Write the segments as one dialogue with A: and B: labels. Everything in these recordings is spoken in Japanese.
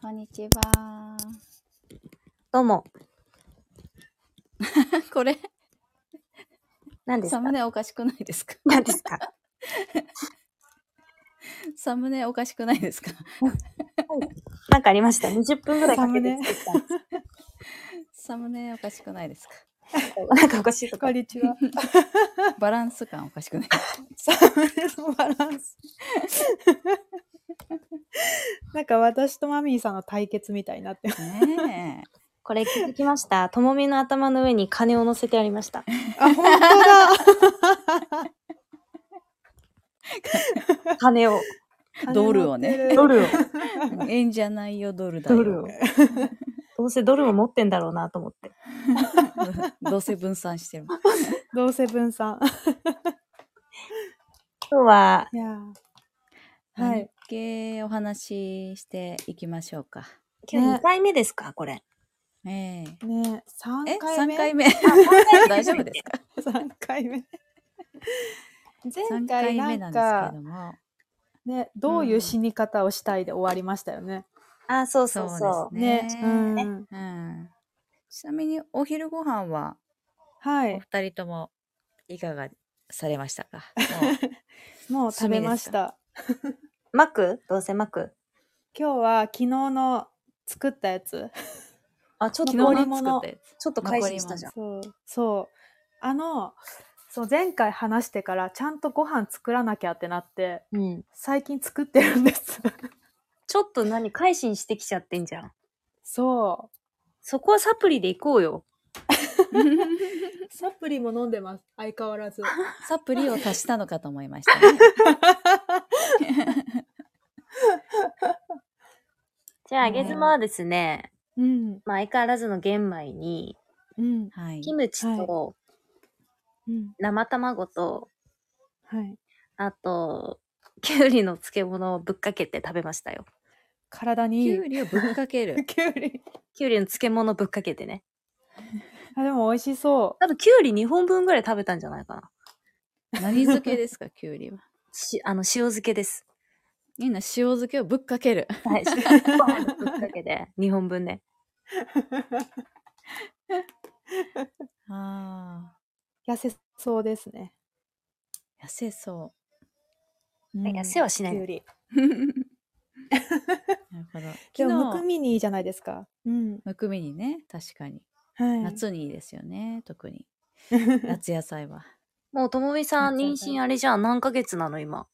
A: こんにちは。
B: どうも。
A: これ、
B: 何です
A: サ
B: か
A: ムネおかしくないですか
B: 何ですか
A: サムネおかしくないですか
B: なんかありました。20分ぐらいかけて作ったんです
A: サムネおかしくないですか
B: けど。なんかおかしいとか。
C: こんにちは。
A: バランス感おかしくない。
C: サムネのバランス。なんか私とマミーさんの対決みたいになってます。
A: ねえ。
B: これ気づきました。ともみの頭の上に金を乗せてありました。
C: あ、本当
B: 金を。
C: だ。
A: ドルをね
C: 金持ってる
B: ドルを。
A: 円じゃないよ、ドルだ
B: ドル
A: よ
B: を。。どうせドルを持ってんだろうなと思って。
A: どうせ分散してる。
C: どうせ分 散。
B: 今日は、
C: いやーは
A: はいい。お話ししていきましょうか。
B: 今日2回目ですか、これ。
A: ええ
C: ねえ、
A: え、
C: 3回目。
A: 3回
C: 目。
A: 目。大丈夫ですか
C: 3回目。前
A: ?3
C: 回
A: 回
C: な
A: 目
C: ん
A: なんです
C: か
A: け、ども。
C: ね、どういう死に方をしたいで終わりましたよね。
B: あ、そうそうそう。
A: そう
C: ね
A: で。すね。
C: うん
A: うん。ちなみに、お昼ご飯は、
C: は
A: お
C: い。
A: 二人ともいかがされました か
C: もう食べました。
B: マックどうせマック
C: 今日は昨日の作ったやつ。
B: あ、ちょっと、
A: もう
C: 残
A: 昨
C: り
A: 日の
C: 物
A: 作ったやつ。
B: ちょっと返ししたじゃん。
C: そうそうあのそう前回話してからちゃんとご飯作らなきゃってなって
B: うん。
C: 最近作ってるんです
B: ちょっと何、改心してきちゃってんじゃん。
C: そ
B: そこはサプリで行こうよ。
C: うサプリも飲んでます相変わらず
A: サプリを足したのかと思いました ね。
B: じゃあ、あげずまはですね、
C: うん
B: まあ、相変わらずの玄米に、
C: うん
A: はい。
B: キムチと
C: うん
B: 生卵と、
C: はい
B: あと、きゅうりの漬物をぶっかけて食べましたよ。
C: 体にい
A: き
C: い
A: ゅうりをぶっかける。
C: きゅうり
B: きゅうりの漬物ぶっかけてね。
C: あでも美味しそ
B: 多分、きゅうり2本分ぐらい食べたんじゃないかな。
A: 何漬け ですか、きゅうりは。
B: し、あの、塩漬けです。
A: みんな塩漬けをぶっかける。
B: はい。塩漬けぶっかけ て、2本分ね。
C: う
A: あ
C: 痩せそうですね、
A: あ。痩せそう
B: 痩せはしない
C: きゅうり
A: う。な るほど。
C: でもむ
A: 昨
C: く
A: 日、
C: みにいいじゃないですかうん
A: むくみにね、確かに。
C: はい
A: 夏にいいですよね、特に。
C: 夏
A: 夏野菜は。
B: もう、ともみさん、妊娠あれじゃん。何ヶ月なの、今。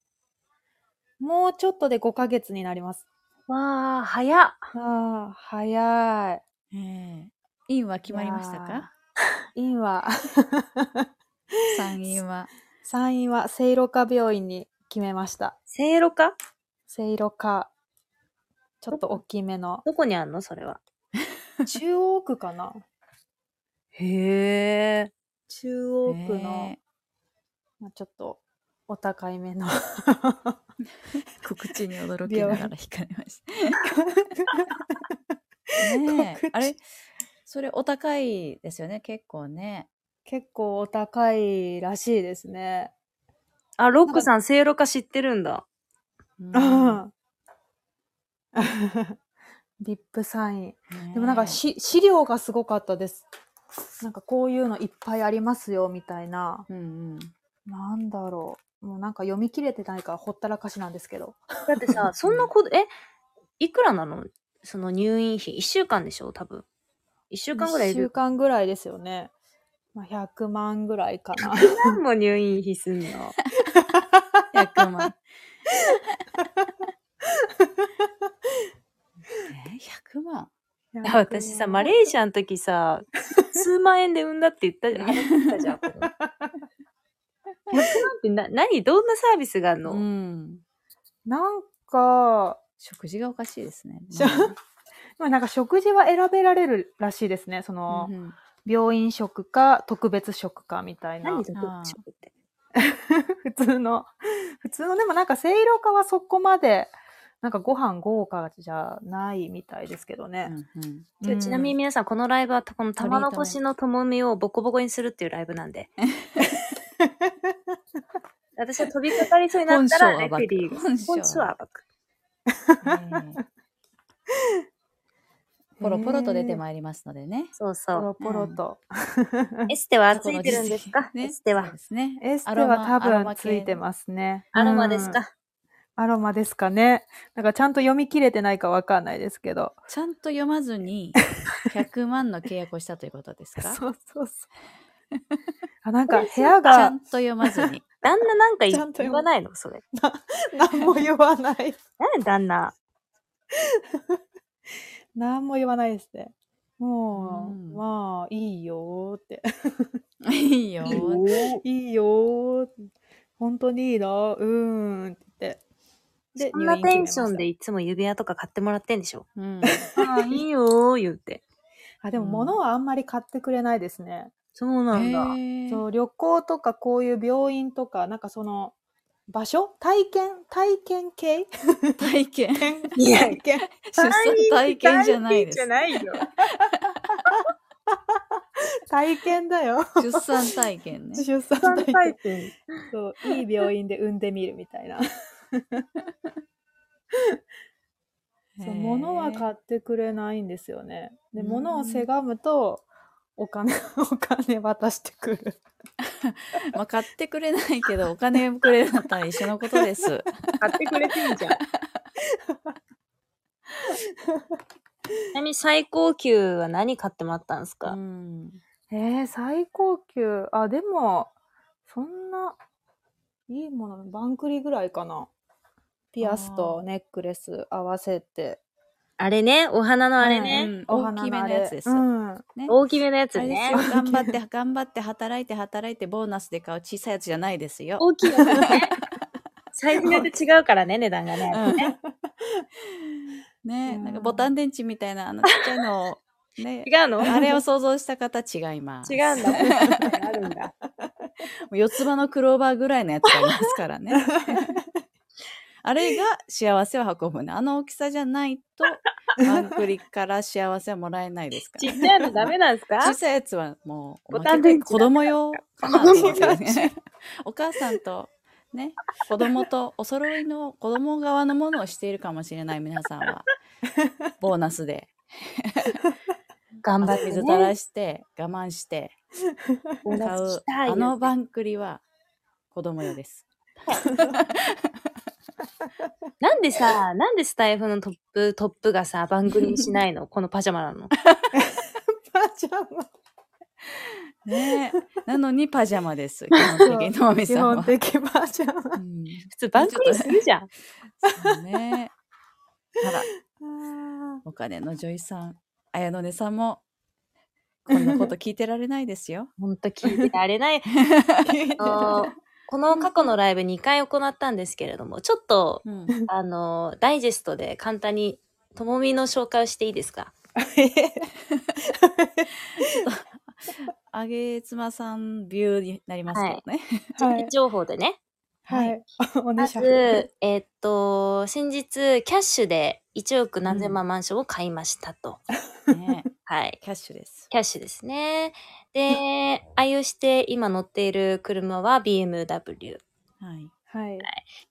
C: もうちょっとで5ヶ月になります
B: わあ、早っ。
C: ああ早い
A: ええインは決まりました
C: いやー
A: か
C: 院は
A: 産院は。
C: 産院は聖路加病院に決めました
B: せいろか
C: 聖路加ちょっと大きめの
B: どこにあんのそれは。
C: 中央区かな
B: へえ。
C: 中央区の
A: ね、
C: まあ、ちょっとお高いめの
A: 告知に驚きながら惹かれま した。ね
C: 告
A: え
C: 知
A: あれそれお高いですよね結構ね。
C: 結構お高いらしいですね、
B: あ、ロックさん、せいろか知ってるんだ。
A: うん
C: ああ ビップサイン
A: ねえ
C: でもなんかし資料がすごかったですなんかこういうのいっぱいありますよみたいな
A: うんうん、
C: なんだろうもうなんか読み切れてないからほったらかしなんですけど
B: だってさ、そんなこと、え、いくらなのその入院費。1週間でしょ多分。1週間ぐらいい
C: 1週
B: る。
C: 間ぐらいですよね。まあ、100万ぐらいかな。
B: 何も入院費 すんの
A: 100万。 え100万
B: 私さ、マレーシアの時さ、数万円で産んだって 言ったじゃん。話してたじゃん。この100万ってな、何どんなサービスがあるの、
A: うん。
C: なんか、
A: 食事がおかしいですね。
C: しょまあ、なんか食事は選べられるらしいですね。そ
A: まあ
C: の、
A: うんうん
C: 病院食か特別食かみたいな
B: 何。特
A: あー
B: 食って。
C: 普通の。普通の、でもなんか清涼化はそこまで、なんかご飯豪華じゃないみたいですけどね。
A: うんうん
B: 今日ちなみに皆さん、このライブは、この玉の
A: トリートメント
B: 腰のともみをボコボコにするっていうライブなんで。 私は飛びかかりそうになったら、レフェリーが。
A: 本性
B: 本
A: は
B: 性は暴く。
A: ねポロポロと出てまいりますのでね。
B: そうそ
C: ポ
B: う。
C: ロポロと。
B: エステは
A: そ
B: つ
A: この
B: いてるんですか、
A: 実績ね、
B: エステ
A: そ
B: は
A: う。ですね。
C: エステ
A: アロマ
C: は多
A: アロマ
C: 分
A: 系
C: ついてますね。
B: アロマです
C: うん
B: か、
C: アロマですかね。なんかちゃんと読み切れてないかわかんないですけど。
A: ちゃんと読まずに100万の契約をしたということですか
C: そうそうそう。あなんか部
A: ちゃ
C: 屋
A: んと
C: が
A: 読まずに。
B: 旦那なんかい
C: ちゃんと
B: 言わないのそれ。
C: 何も言わない。
B: なんで旦那。
C: 何も言わないですね。もう、
A: うん
C: まあ、いいよーって。
A: いいよ。
C: いいよーって。本当にいいのうーんって言って。
B: そんなテンションでいつも指輪とか買ってもらってんでしょ
A: うん。
B: ああ、いいよー、言うて。
C: あ、でも
A: うん
C: 物はあんまり買ってくれないですね。
B: そうなん
A: へ
B: だ。
A: ー
C: そう旅行とかこういう病院とか、なんかその、場所体験体験系
A: 体験。
B: いや
C: 体験
A: 出産体験じゃないです。
B: 体験じゃないよ。
C: 体験だよ。
A: 出産体験ね。
C: 出産体験。
B: 験。
C: そう、いい病院で産んでみるみたいな。そう物は買
A: っ
C: ってくれないんですよね。で
A: うん
C: 物をせがむとお金 お金渡してくる。
A: まあ、買ってくれないけど、お金くれるのとは一緒のことです。
B: 買ってくれてん じゃん。ちなみに最高級は何買ってもらったんです
A: う
B: か、
A: ん。
C: えー、最高級あでもそんないいものバンクリぐらいかな。ピアスとネックレス合わせて、
B: あれね、お花のあれね。
A: うん
C: お花
A: 大きめの
C: あれ
A: やつです
C: うん、
A: ね。
B: 大きめのやつ
A: あれで
B: ね
A: すよ。頑張って、頑張って、働いて、働いて、ボーナスで買う小さいやつじゃないですよ。
B: 大きいやつね。サイズによって違うからね、値段がね。
A: うん、ね
C: いやー
A: なんかボタン電池みたいなあのちっちゃいのを ね
B: 違うの
A: あれを想像した方違います
B: 違うんだ。 あるん だ。
A: もう四つ葉のクローバーぐらいのやつがいますから ねあれが幸せを運ぶねあの大きさじゃないとバンクリから幸せはもらえないですか
B: ち
A: ら
B: っちゃいのダメなんです
A: 小
B: か
A: さいやつはもう
B: ボタン電池
A: 子供用かなと思ってねお母さんとね子供とお揃いの子供側のものをしているかもしれない皆さんはボーナスで
B: 頑張っ
A: 汗
B: て、
A: 水
B: ね。
A: 垂らして我慢して
B: ボー
A: 買
B: ナス
A: う
B: したいよ
A: あのバンクリは子供用です。
B: なんでさ、なんでスタイフのトップ、トップがさ、番組にしない のこのパジャマなの。
C: パジャマ
A: ねえなのにパジャマです。基本的にのまみ
C: 基
A: さん
C: 本
A: は。
C: 的パジャ マ
A: うん
B: 普通番組するじゃ ん。
A: そうね。あら、
C: あ
A: お金の女医さん、綾野ねさんも、こんなこと聞いてられないですよ。
B: ほんと聞いてられ ない。
C: ー聞いてる
B: あのこの過去のライブ2回行ったんですけれども、ちょっと、
A: うん、
B: あの、ダイジェストで簡単に、ともみの紹介をしていいですか
A: あげつまさんビューになりますけどね。
C: はい
B: 情報でね。
C: はい。お
B: ま
C: ねしゃ。
B: ず、えっと、先日、キャッシュで1億何千万マンションを買いました と。
A: ねえ
B: はい。
A: キャッシュです。
B: キャッシュですね。で、愛用して今乗っている車は BMW。
A: はい。
C: はい。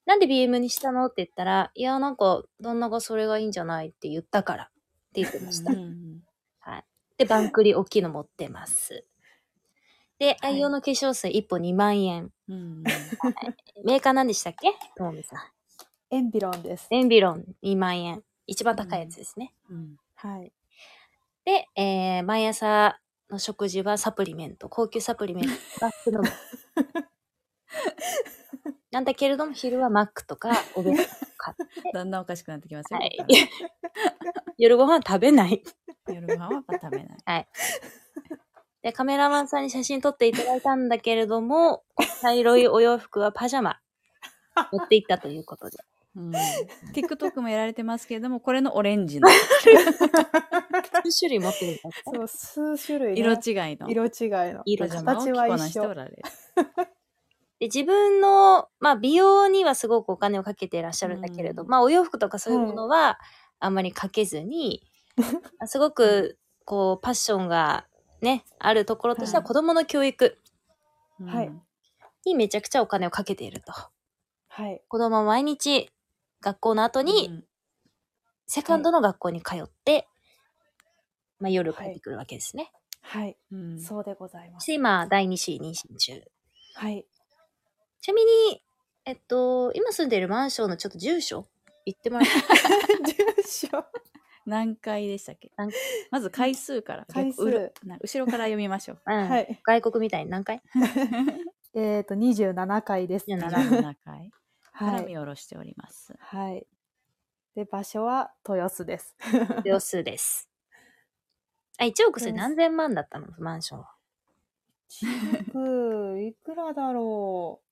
B: なんで BM にしたのって言ったら、いや、なんか、旦那がそれがいいんじゃないって言ったからって言って ました
A: う。ん
B: で、バンクリ大きいの持ってます。で、
A: い
B: 愛用の化粧水1本2万円。
A: うんうん
B: メーカー何でしたっけともみさん。
C: エンビロンです。
B: エンビロン2万円。一番高いやつですね。
A: うん
C: はい。
B: で、えー、毎朝の食事はサプリメント。高級サプリメントばっか飲 む。なんだけれども、昼はマックとかお弁当買って
A: だんだんおかしくなってきますよ。
B: はい、 夜ご飯食べない。
A: 夜ご飯はやっぱ食べない。
B: で、カメラマンさんに写真撮っていただいたんだけれど も、茶色いお洋服はパジャマ、持っていったということで。
A: うん TikTok もやられてますけれども、これのオレンジの
B: 数種類持ってるんだ
C: そう、数種類、ね。
A: 色違いの。
C: 色違いの。
A: パ
B: 色違
A: ジ
B: い
A: ャマを着こなして
C: 形は一緒
A: おられる。
B: で自分の、まあ、美容にはすごくお金をかけていらっしゃるんだけれど、
A: うん
B: まあ、お洋服とかそういうものはあんまりかけずに、まあすごく、こう、パッションがね、あるところとしては
C: はい
B: 子供の教育
C: はい
A: うん
B: にめちゃくちゃお金をかけていると。
C: はい。
B: 子供は毎日、学校の後に、
A: うん
B: セカンドの学校に通って、まあ、夜帰ってくるわけですね。
C: はい、
A: うん
C: そうでございま
B: そし
C: す。
B: て今、第2子妊娠中。
C: はい。
B: ちなみに、えっと、今住んでいるマンションのちょっと住所言ってもらって
C: 住所。
A: 何回でしたっけ
B: 何
A: まず回数から
C: 回数
A: うるな後ろから読みましょう
B: うん
C: はい。
B: 外国みたいに何回
C: えっと、27回です。
B: 27
A: 7回か
C: は
A: ら
C: い。
A: 見下ろしております、
C: はい。で、場所は豊洲です。
B: 秒数です。あ、1億それ何千万だったのマンションは。
C: うんいくらだろう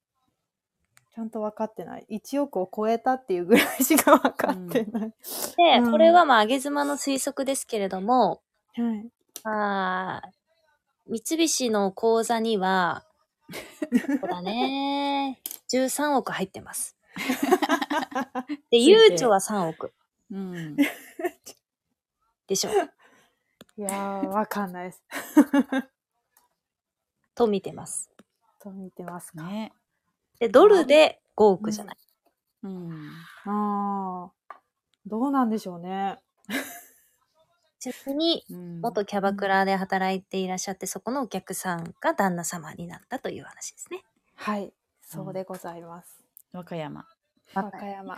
C: ちゃんと分かってない。1億を超えたっていうぐらいしか分かってない。
B: で、
C: うん
B: これはまあ、上妻の推測ですけれども、
C: はい。
B: まあ、三菱の口座には、そうだ ね、13億入って ます。で、
A: ついて
B: ゆうちょは3億
A: うん、
B: でしょう。
C: いやー、分かんないです。
B: と見てます。
C: と見てますか。
A: ね、
B: で、ドルで5億じゃない。
A: うん、
C: ああ。どうなんでしょうね。
B: ちなみに、
A: うん
B: 元キャバクラで働いていらっしゃって、そこのお客さんが旦那様になったという話ですね。
C: はい。そうでございます。
A: 和歌山
B: うん
C: 和歌山。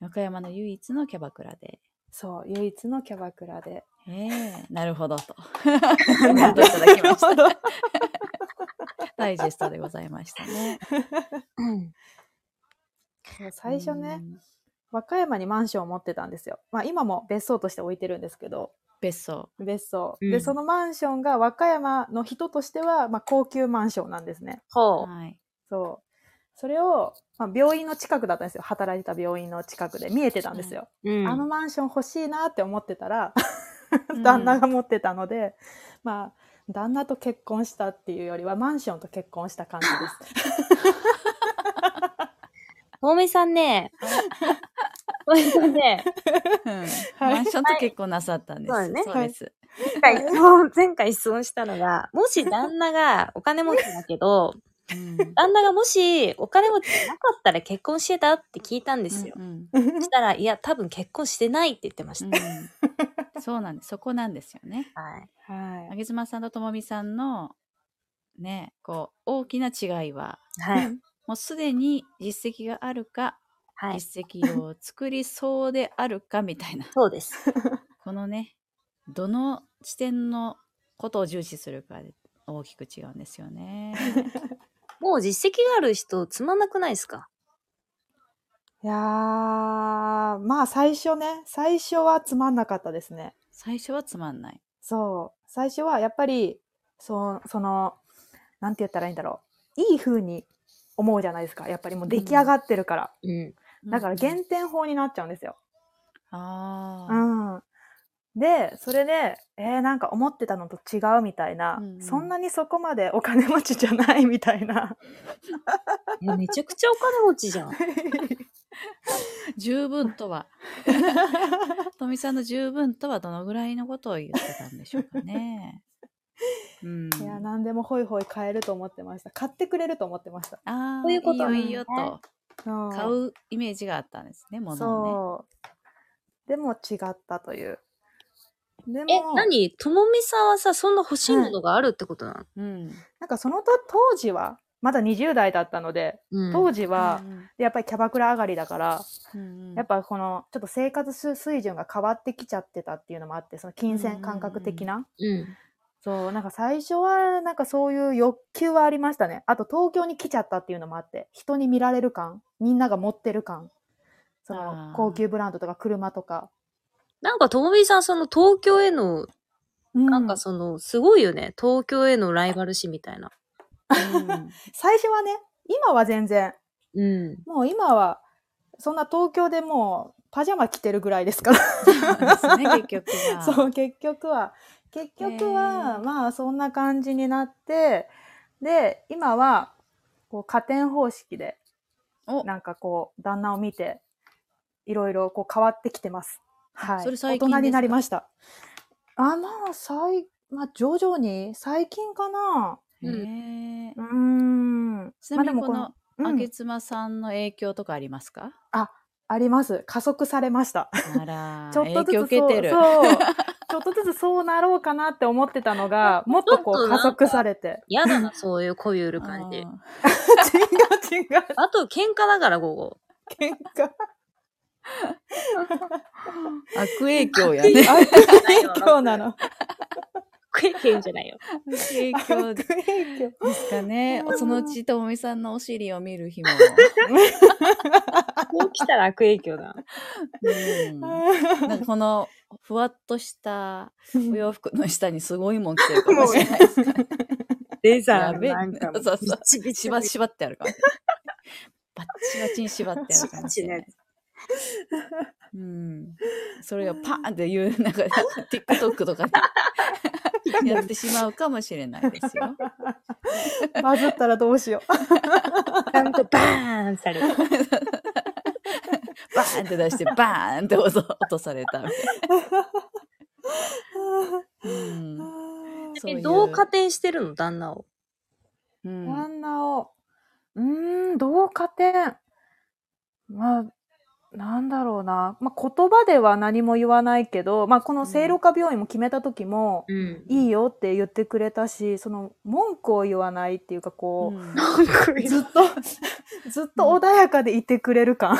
A: 和歌山の唯一のキャバクラで
C: そう、唯一のキャバクラで。
A: ええなるほどとコメントいただきました
C: なる
A: ダイジェストでございましたね
B: うん。
C: ほど最初ね、
A: うん
C: 和歌山にマンションを持ってたんですよ。まあ今も別荘として置いてるんですけど、
A: 別荘
C: 別荘。
B: うん
C: で、そのマンションが和歌山の人としては、まあ高級マンションなんですね。
B: ほう。
A: はい
C: そう。それを、まあ、病院の近くだったんですよ。働いてた病院の近くで見えてたんですよ。
B: うん
C: あのマンション欲しいなって思ってたら、
A: うん
C: 旦那が持ってたので、まあ、旦那と結婚したっていうよりは、マンションと結婚した感じです。
B: ともめさんね、ともめさんね、
A: うん
C: はい
A: マンションと結婚なさったんです、
B: はいそうだね
A: そうです、
B: 前回質問、前回質問したのが、もし旦那がお金持ちだけど、
A: うん
B: 旦那がもしお金持ちじゃなかったら結婚してたって聞いたんですよ
A: う。んうん
B: したら、いや、多分結婚してないって言ってました。
A: うんそうなんですそこなんですよね
B: はい。
C: は
A: あ
C: い。
A: げずまさんとともみさんのねこう大きな違いは
B: はい。
A: もうすでに実績があるか、
B: はい。
A: 実績を作りそうであるかみたいな
B: そうです。
A: このねどの視点のことを重視するかで大きく違うんですよ ね。
B: もう実績がある人、つまんなくないですか
C: いやー、まあ最初ね、最初はつまんなかったですね。
A: 最初はつまんない。
C: そう。最初はやっぱり、そう、その、なんて言ったらいいんだろう。いい風に思うじゃないですか。やっぱりもう出来上がってるから。
B: うん。
C: だから
A: うん
C: 減点法になっちゃうんですよ。
A: ああ、
C: うん、でそれで、えーなんか思ってたのと違うみたいな、
A: うんうん
C: そんなにそこまでお金持ちじゃないみたいな
B: えめちゃくちゃお金持ちじゃん。
A: 十分と は。とみさんの十分とはどのぐらいのことを言ってたんでしょうか ね。うん、
C: いや何でもホイホイ買えると思ってました買ってくれると思ってました、
A: ああ、
B: そういうことなんだ
A: い
B: ね
A: いよいいよと
C: うん
A: 買うイメージがあったんですね、ものをね。
C: そうでも違ったというで
B: え、
C: も
B: 何ともみさんはさ、そんな欲しいものがあるってことなの、
A: うん。
C: なんかそのと当時はまだ20代だったので
B: うん
C: 当時は、
A: うん
C: でやっぱりキャバクラ上がりだから、
A: うんうん
C: やっぱこのちょっと生活水水準が変わってきちゃってたっていうのもあってその金銭感覚的な、
B: うん。
C: そう、なんか最初は、なんかそういう欲求はありましたね。あと東京に来ちゃったっていうのもあって、人に見られる感、みんなが持ってる感。そ
A: あ
C: の
A: ー
C: 高級ブランドとか車とか。
B: なんか、ともみさん、その東京への、
C: な
B: なんかその、すごいよね。東京へのライバル視みたいな。
A: うん
C: 最初はね、今は全然、
B: うん。
C: もう今は、そんな東京でもうパジャマ着てるぐらいですから。
A: そうです ね、結局は。
C: そう、結局は。結局
A: へ
C: は、
A: ー
C: まあそんな感じになって、で、今は、こう加点方式で、
A: お
C: なんかこう、旦那を見て、いろいろこう変わってきてます。はい。
A: それ最近
C: 大
A: で
C: 人
A: す
C: に
A: か
C: なりました。あ、まあ、最、まあ、徐々に、最近かな。
A: へー
C: うーん。
A: ちなみにこの、
C: まあでも
A: あ
C: この、う
A: げ
C: ん、
A: つまさんの影響とかありますか
C: あ、あります。加速されました。、
A: あら
C: ちょっとず
A: 影響
C: つ
A: 受けてる。
C: そうそうちょっとずつそうなろうかなって思ってたのが、もっとこ
B: ちょっと
C: う
B: なんか
C: 加速さ れて。
B: 嫌だな、そういうこゆる感
A: あ。
B: じ
A: ー
C: 違う違う。
B: あと、喧嘩だから、午後。
C: 喧嘩。
A: 悪影響やね。
C: あ
B: 影
C: 影響な。の。
B: 悪影響じゃないよ。
A: 悪影響
C: 悪
A: で
C: 影響。
A: すかね
C: う。ん
A: そのうち、ともみさんのお尻を見る日も。
B: こう来たら悪影響だ。
A: うん なんかこの、ふわっとしたお洋服の下にすごいもん着てるかもしれないです からね。
B: レザ
A: やべえ
B: なんかも
A: そうそう
B: ビチビチ
A: 縛縛ってあるかもしれない。バッチバチに縛ってあるかもしれない。うん、それがパーンっていう、なんか TikTok とか でやってしまうかもしれないですよ。
C: バズったらどうしよう。
B: ちゃんとバーンされる。
A: バーンって出して、バーンって落と落とされたみたいな。うんそういう
B: どう加点してるの旦那を。
A: うん
C: 旦那を、うーん、どう加点まあ、なんだろうな。まあ、言葉では何も言わないけど、まあ、この聖路加病院も決めた時も、
B: うん。
C: いいよって言ってくれたし、その、文句を言わないっていうか、
A: う
C: こ
A: ん
C: う、ずっと、 ずっと穏やかでいてくれる感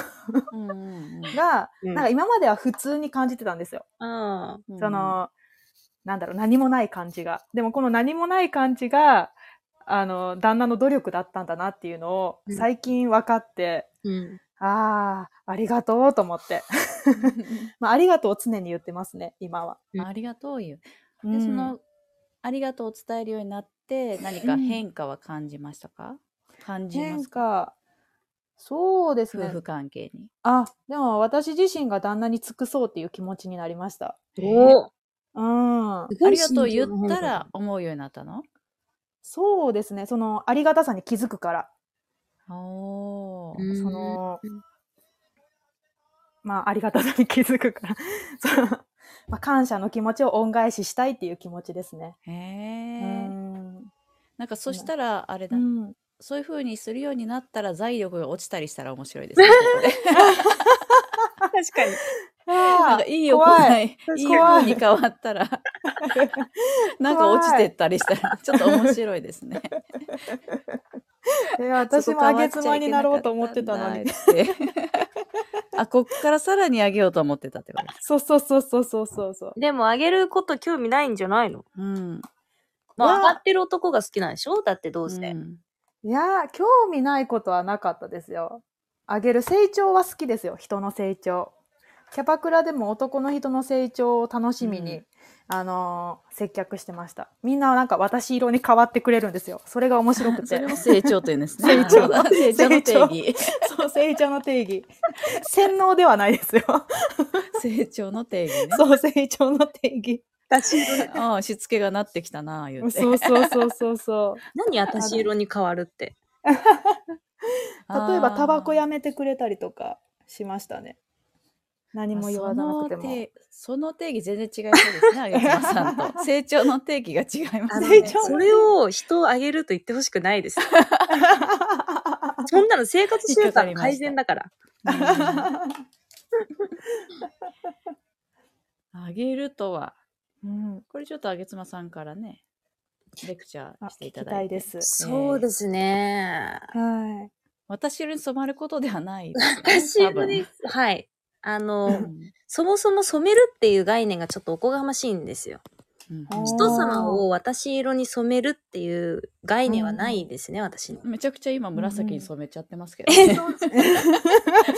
A: うんうん
C: が、
B: うん
C: なんか今までは普通に感じてたんですよ。
B: あ
A: うん
C: その、なんだろう、何もない感じが。でもこの何もない感じが、あの、旦那の努力だったんだなっていうのを
B: うん
C: 最近分かって、
B: うん。
C: ああ、ありがとうと思って。 まあ、ありがとうを常に言ってますね、今は。
A: ありがとういう。
C: う
A: で、
C: ん
A: その、ありがとうを伝えるようになって、何か変化は感じましたか感じま
C: 変
A: すか
C: 化、そうです
A: 夫
C: ね
A: 婦。関係に。
C: あ、でも私自身が旦那に尽くそうっていう気持ちになりました。
B: お
C: うん。
A: ありがとう言ったら、思うようになったの
C: そうですね、その、ありがたさに気づくから。
A: おー
B: うん
C: その、まあ、ありがたさに気づくから、 その、まあ、感謝の気持ちを恩返ししたいっていう気持ちですね。
A: へ
C: う
A: え。
C: ん。
A: なんかそしたら、あれだ、
C: うん
A: そういう風にするようになったら財力が落ちたりしたら面白いです ね。ここで
B: 確かに。
A: な
C: あ
A: んか
C: ー
A: いいよ、こ
C: 怖い
A: ない。いいよ
C: 怖
A: う
C: い
A: に変わったら、なんか落ちてったりしたら、ちょっと面白いですね。
C: いや、 私もあげ妻になろうと思ってたのに。
A: そこ変わっちゃいけなかったん だって。あ、こっからさらに上げようと思ってたってことです。
C: そうそうそうそうそうそうそう。
B: でも、あげること興味ないんじゃないの
A: うん。
B: まあ、
C: う
B: 上
C: わ
B: がってる男が好きなんでしょだってどうせ。
A: うん
C: いやー、興味ないことはなかったですよ。あげる成長は好きですよ、人の成長。キャバクラでも男の人の成長を楽しみに、
A: うん
C: あのー接客してました。みんななんか私色に変わってくれるんですよ。それが面白くて。
A: それも成長というんですね。
C: 成長
A: なるほ ど 成長の定義。
C: そう、成長の定義。洗脳ではないですよ。
A: 成長の定義ね。
C: そう、成長の定義。
B: 私
A: ああ、しつけがなってきたなあ、言って。
C: そうそうそうそうそう。
B: 何私色に変わるって。
C: 例え
A: あ
C: ば、
A: あ
C: タバコやめてくれたりとかしましたね。何も言わなくて
A: その
C: も。
A: 定その定義全然違いそう ですね、あげつまさんと。成長の定義が違いま
B: あ
A: すね。
B: の
C: 成
B: ね
C: 長
B: それを人をあげると言ってほしくない です。そんなの生活習慣の改善だから。
A: うんあげるとは。
C: うん、
A: これちょっとあげつまさんからね、レクチャ
C: あ
A: ーして
C: 聞
A: い
C: き
A: た
C: た
A: だい
C: い
A: て。
C: です。
B: そうですね。
C: は
A: 私色に染まることではないです
B: 私
A: よね、
B: 色に、はい。
A: 多
B: あの、
A: 分。
B: そもそも染めるっていう概念がちょっとおこがましいんですよ。
A: うん
C: あー
B: 人様を私色に染めるっていう概念はないですね、私に。
A: めちゃくちゃ今紫に染めちゃってますけど
B: え、
A: ね。
B: そうですね。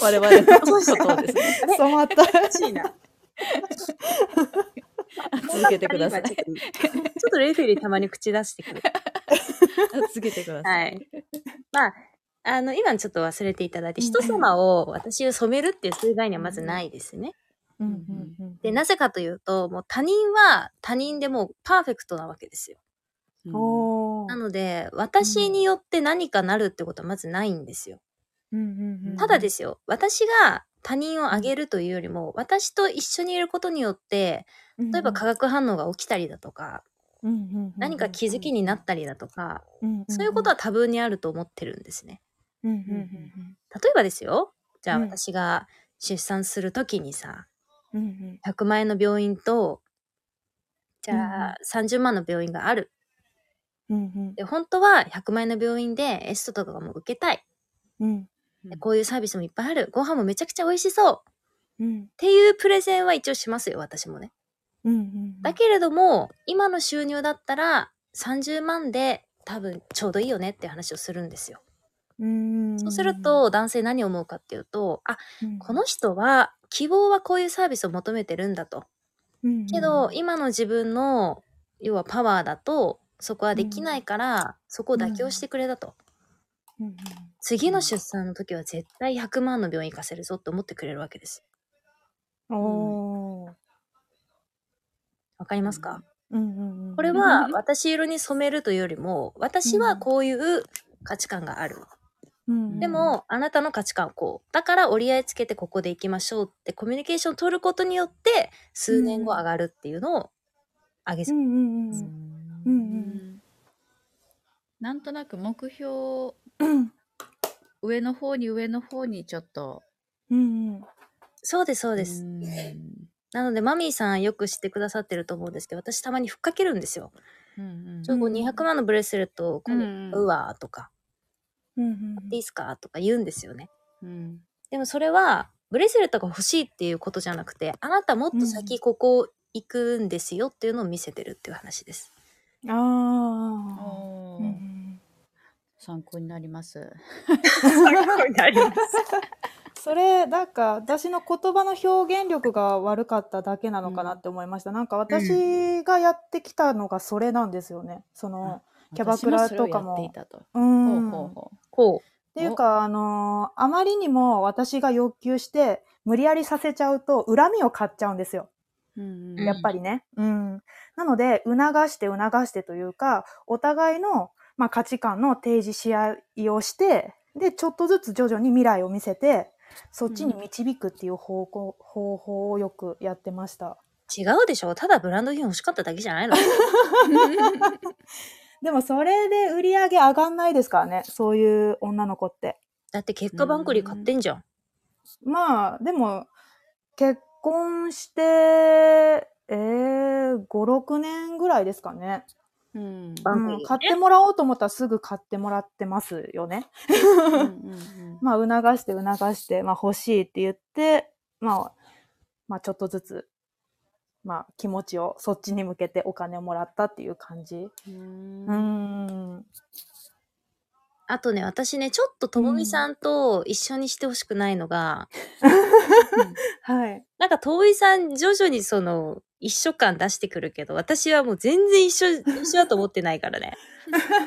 A: 我々のこ
B: そうした
A: とをですね。
B: あ
C: い。
B: れ
C: 染まった。
B: おかしいな。
A: 続けてください
B: 今。ちょっ とちょっとレフェリーたまに口出してくる。
A: 続けてください。
B: はい。まあ、あの、今ちょっと忘れていただいて、
C: うん
B: 人様を私を染めるっていうそういう概念はまずないですね。
C: うん
A: うん
C: うん
B: で、なぜかというと、もう他人は他人でもうパーフェクトなわけですよ。
A: うん
C: おお。
B: な。ので、私によって何かなるってことはまずないんですよ。ただですすよ、私が他人をあげるというよりも、私と一緒にいることによって、例えば化学反応が起きたりだとか、何か気づきになったりだとか、そういうことは
C: は。
B: 多分にあると思ってるんですね。
C: うんうんうん
B: 例えばですよ、じゃあ
C: うん
B: 私が出産する時にさ
C: うんうん
B: 100万円の病院とじ
C: うん
B: ゃあ30万の病院がある
C: うん
B: で本当は100万円の病院でエストとかも受けたい
C: うん
B: でこういうサービスもいっぱいあるご飯もめちゃくちゃ美味しそうっ
C: うん
B: ていうプレゼンは一応しますよ私もね
C: うんうん
B: だけれども今の収入だったら30万で多分ちょうどいいよねって話をするんですよ
C: うん
B: そうすると男性何を思うかっていうとあこの人は希望はこういうサービスを求めてるんだとけど、今の自分の要はパワーだとそこはできないから、そこを妥協してくれだと、
C: うんうん
B: 次の出産の時は絶対100万の病院行かせるぞって思ってくれるわけです
C: うんおー
B: わかりますか、
C: うんうんうん
B: これは私色に染めるというよりも私はこういう価値観がある、
C: うん
B: でもあなたの価値観はこうだから折り合いつけてここで行きましょうってコミュニケーションを取ることによって数年後上がるっていうのを上げ
C: う
B: ちゃう、
C: んうんうんうんうん
A: なんとなく目標上の方に上の方にちょっと
C: うんうん
B: そうですそうです、
A: ん
B: なのでマミーさんよく知ってくださってると思うんですけど私たまにふっかけるんですよ、
A: うん
B: ちょっとこう
C: うん
B: 200万のブレスレットをこう,、
A: う
B: うんわーとか
C: うんうん
B: いいっすかとか言うんですよね
A: うん
B: でもそれはブレスレットが欲しいっていうことじゃなくてあなたもっと先ここ行くんですよっていうのを見せてるっていう話です、
C: あ
A: お
C: あ
A: ー参考になります。
C: それなんか私の言葉の表現力が悪かっただけなのかなって思いました、なんか私がやってきたのがそれなんですよねそのキャバクラとかも
A: 私それをやっていたと。
C: う
A: ほ
C: ん
A: うほうほ
B: こう
C: っていうかあのーあまりにも私が要求して無理やりさせちゃうと恨みを買っちゃうんですよ
A: う。うんうん
C: やっぱりね。うん。なので、促して促してというか、お互いの、まあ、価値観の提示し合いをして、で、ちょっとずつ徐々に未来を見せて、そっちに導くっていう方向、方法をよくやってました。
B: 違うでしょただブランド品欲しかっただけじゃないの
C: でも、それで売り上げ上がんないですからね、そういう女の子って。
B: だって結果バンクリー買ってんじゃん
C: まあ、でも、結婚して、えー、5、6年ぐらいですかね。
A: うん
B: バンクリー、
C: う
B: ね
C: ん、買ってもらおうと思ったらすぐ買ってもらってますよね。
A: うんうん
C: まあ、促して促して、まあ、欲しいって言って、まあ、まあ、ちょっとずつ、まあ、気持ちをそっちに向けてお金をもらったっていう感じ。
A: うん
C: うーん。
B: あとね、私ね、ちょっとともみさんと一緒にしてほしくないのが、
C: はい。
B: なんか、ともみさん、徐々にその、一緒感出してくるけど、私はもう全然一 緒、一緒だと思ってないからね。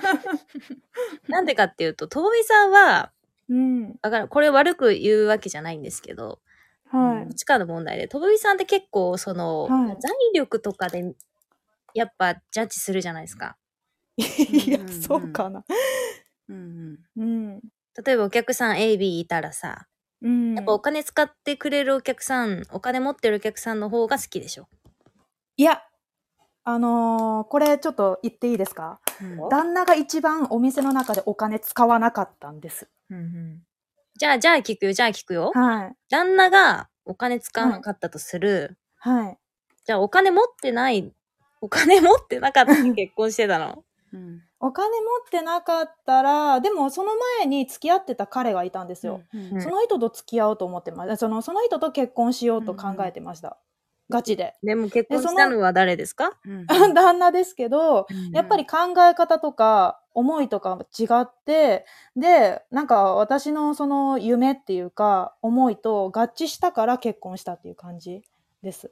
B: なんでかっていうと、ともみさんは、
C: うん。
B: だから、これ悪く言うわけじゃないんですけど、
C: はい
B: 価。値観の問題で、ともみさんって結構、その、
C: はい
B: 財力とかで、やっぱ、ジャッジするじゃないですか。
C: いや
A: うん、
C: そうかな。
A: うん
C: うん。
B: 例えば、お客さん A、B いたらさ、
C: うん。
B: やっぱお金使ってくれるお客さん、お金持ってるお客さんの方が好きでしょ。
C: いや、あのーこれちょっと言っていいですか
A: うん
B: お
C: 旦那が一番お店の中でお金使わなかったんです。
A: うん
B: じゃあ、じゃあ聞くよ、じゃあ聞くよ。
C: はい。
B: 旦那がお金使わなかったとする。
C: はい。
B: じゃあお金持ってない、お金持ってなかったら結婚してた の。
A: うん
C: お金持ってなかったら、でもその前に付き合ってた彼がいたんですよ。
A: うん
B: うん
C: その人と付き合おうと思ってました。そのその人と結婚しようと考えてました。ガチで。
B: でも結婚したのは誰ですか
A: うん
C: 旦那ですけど、やっぱり考え方とか思いとかも違って、で、なんか私のその夢っていうか思いと合致したから結婚したっていう感じです。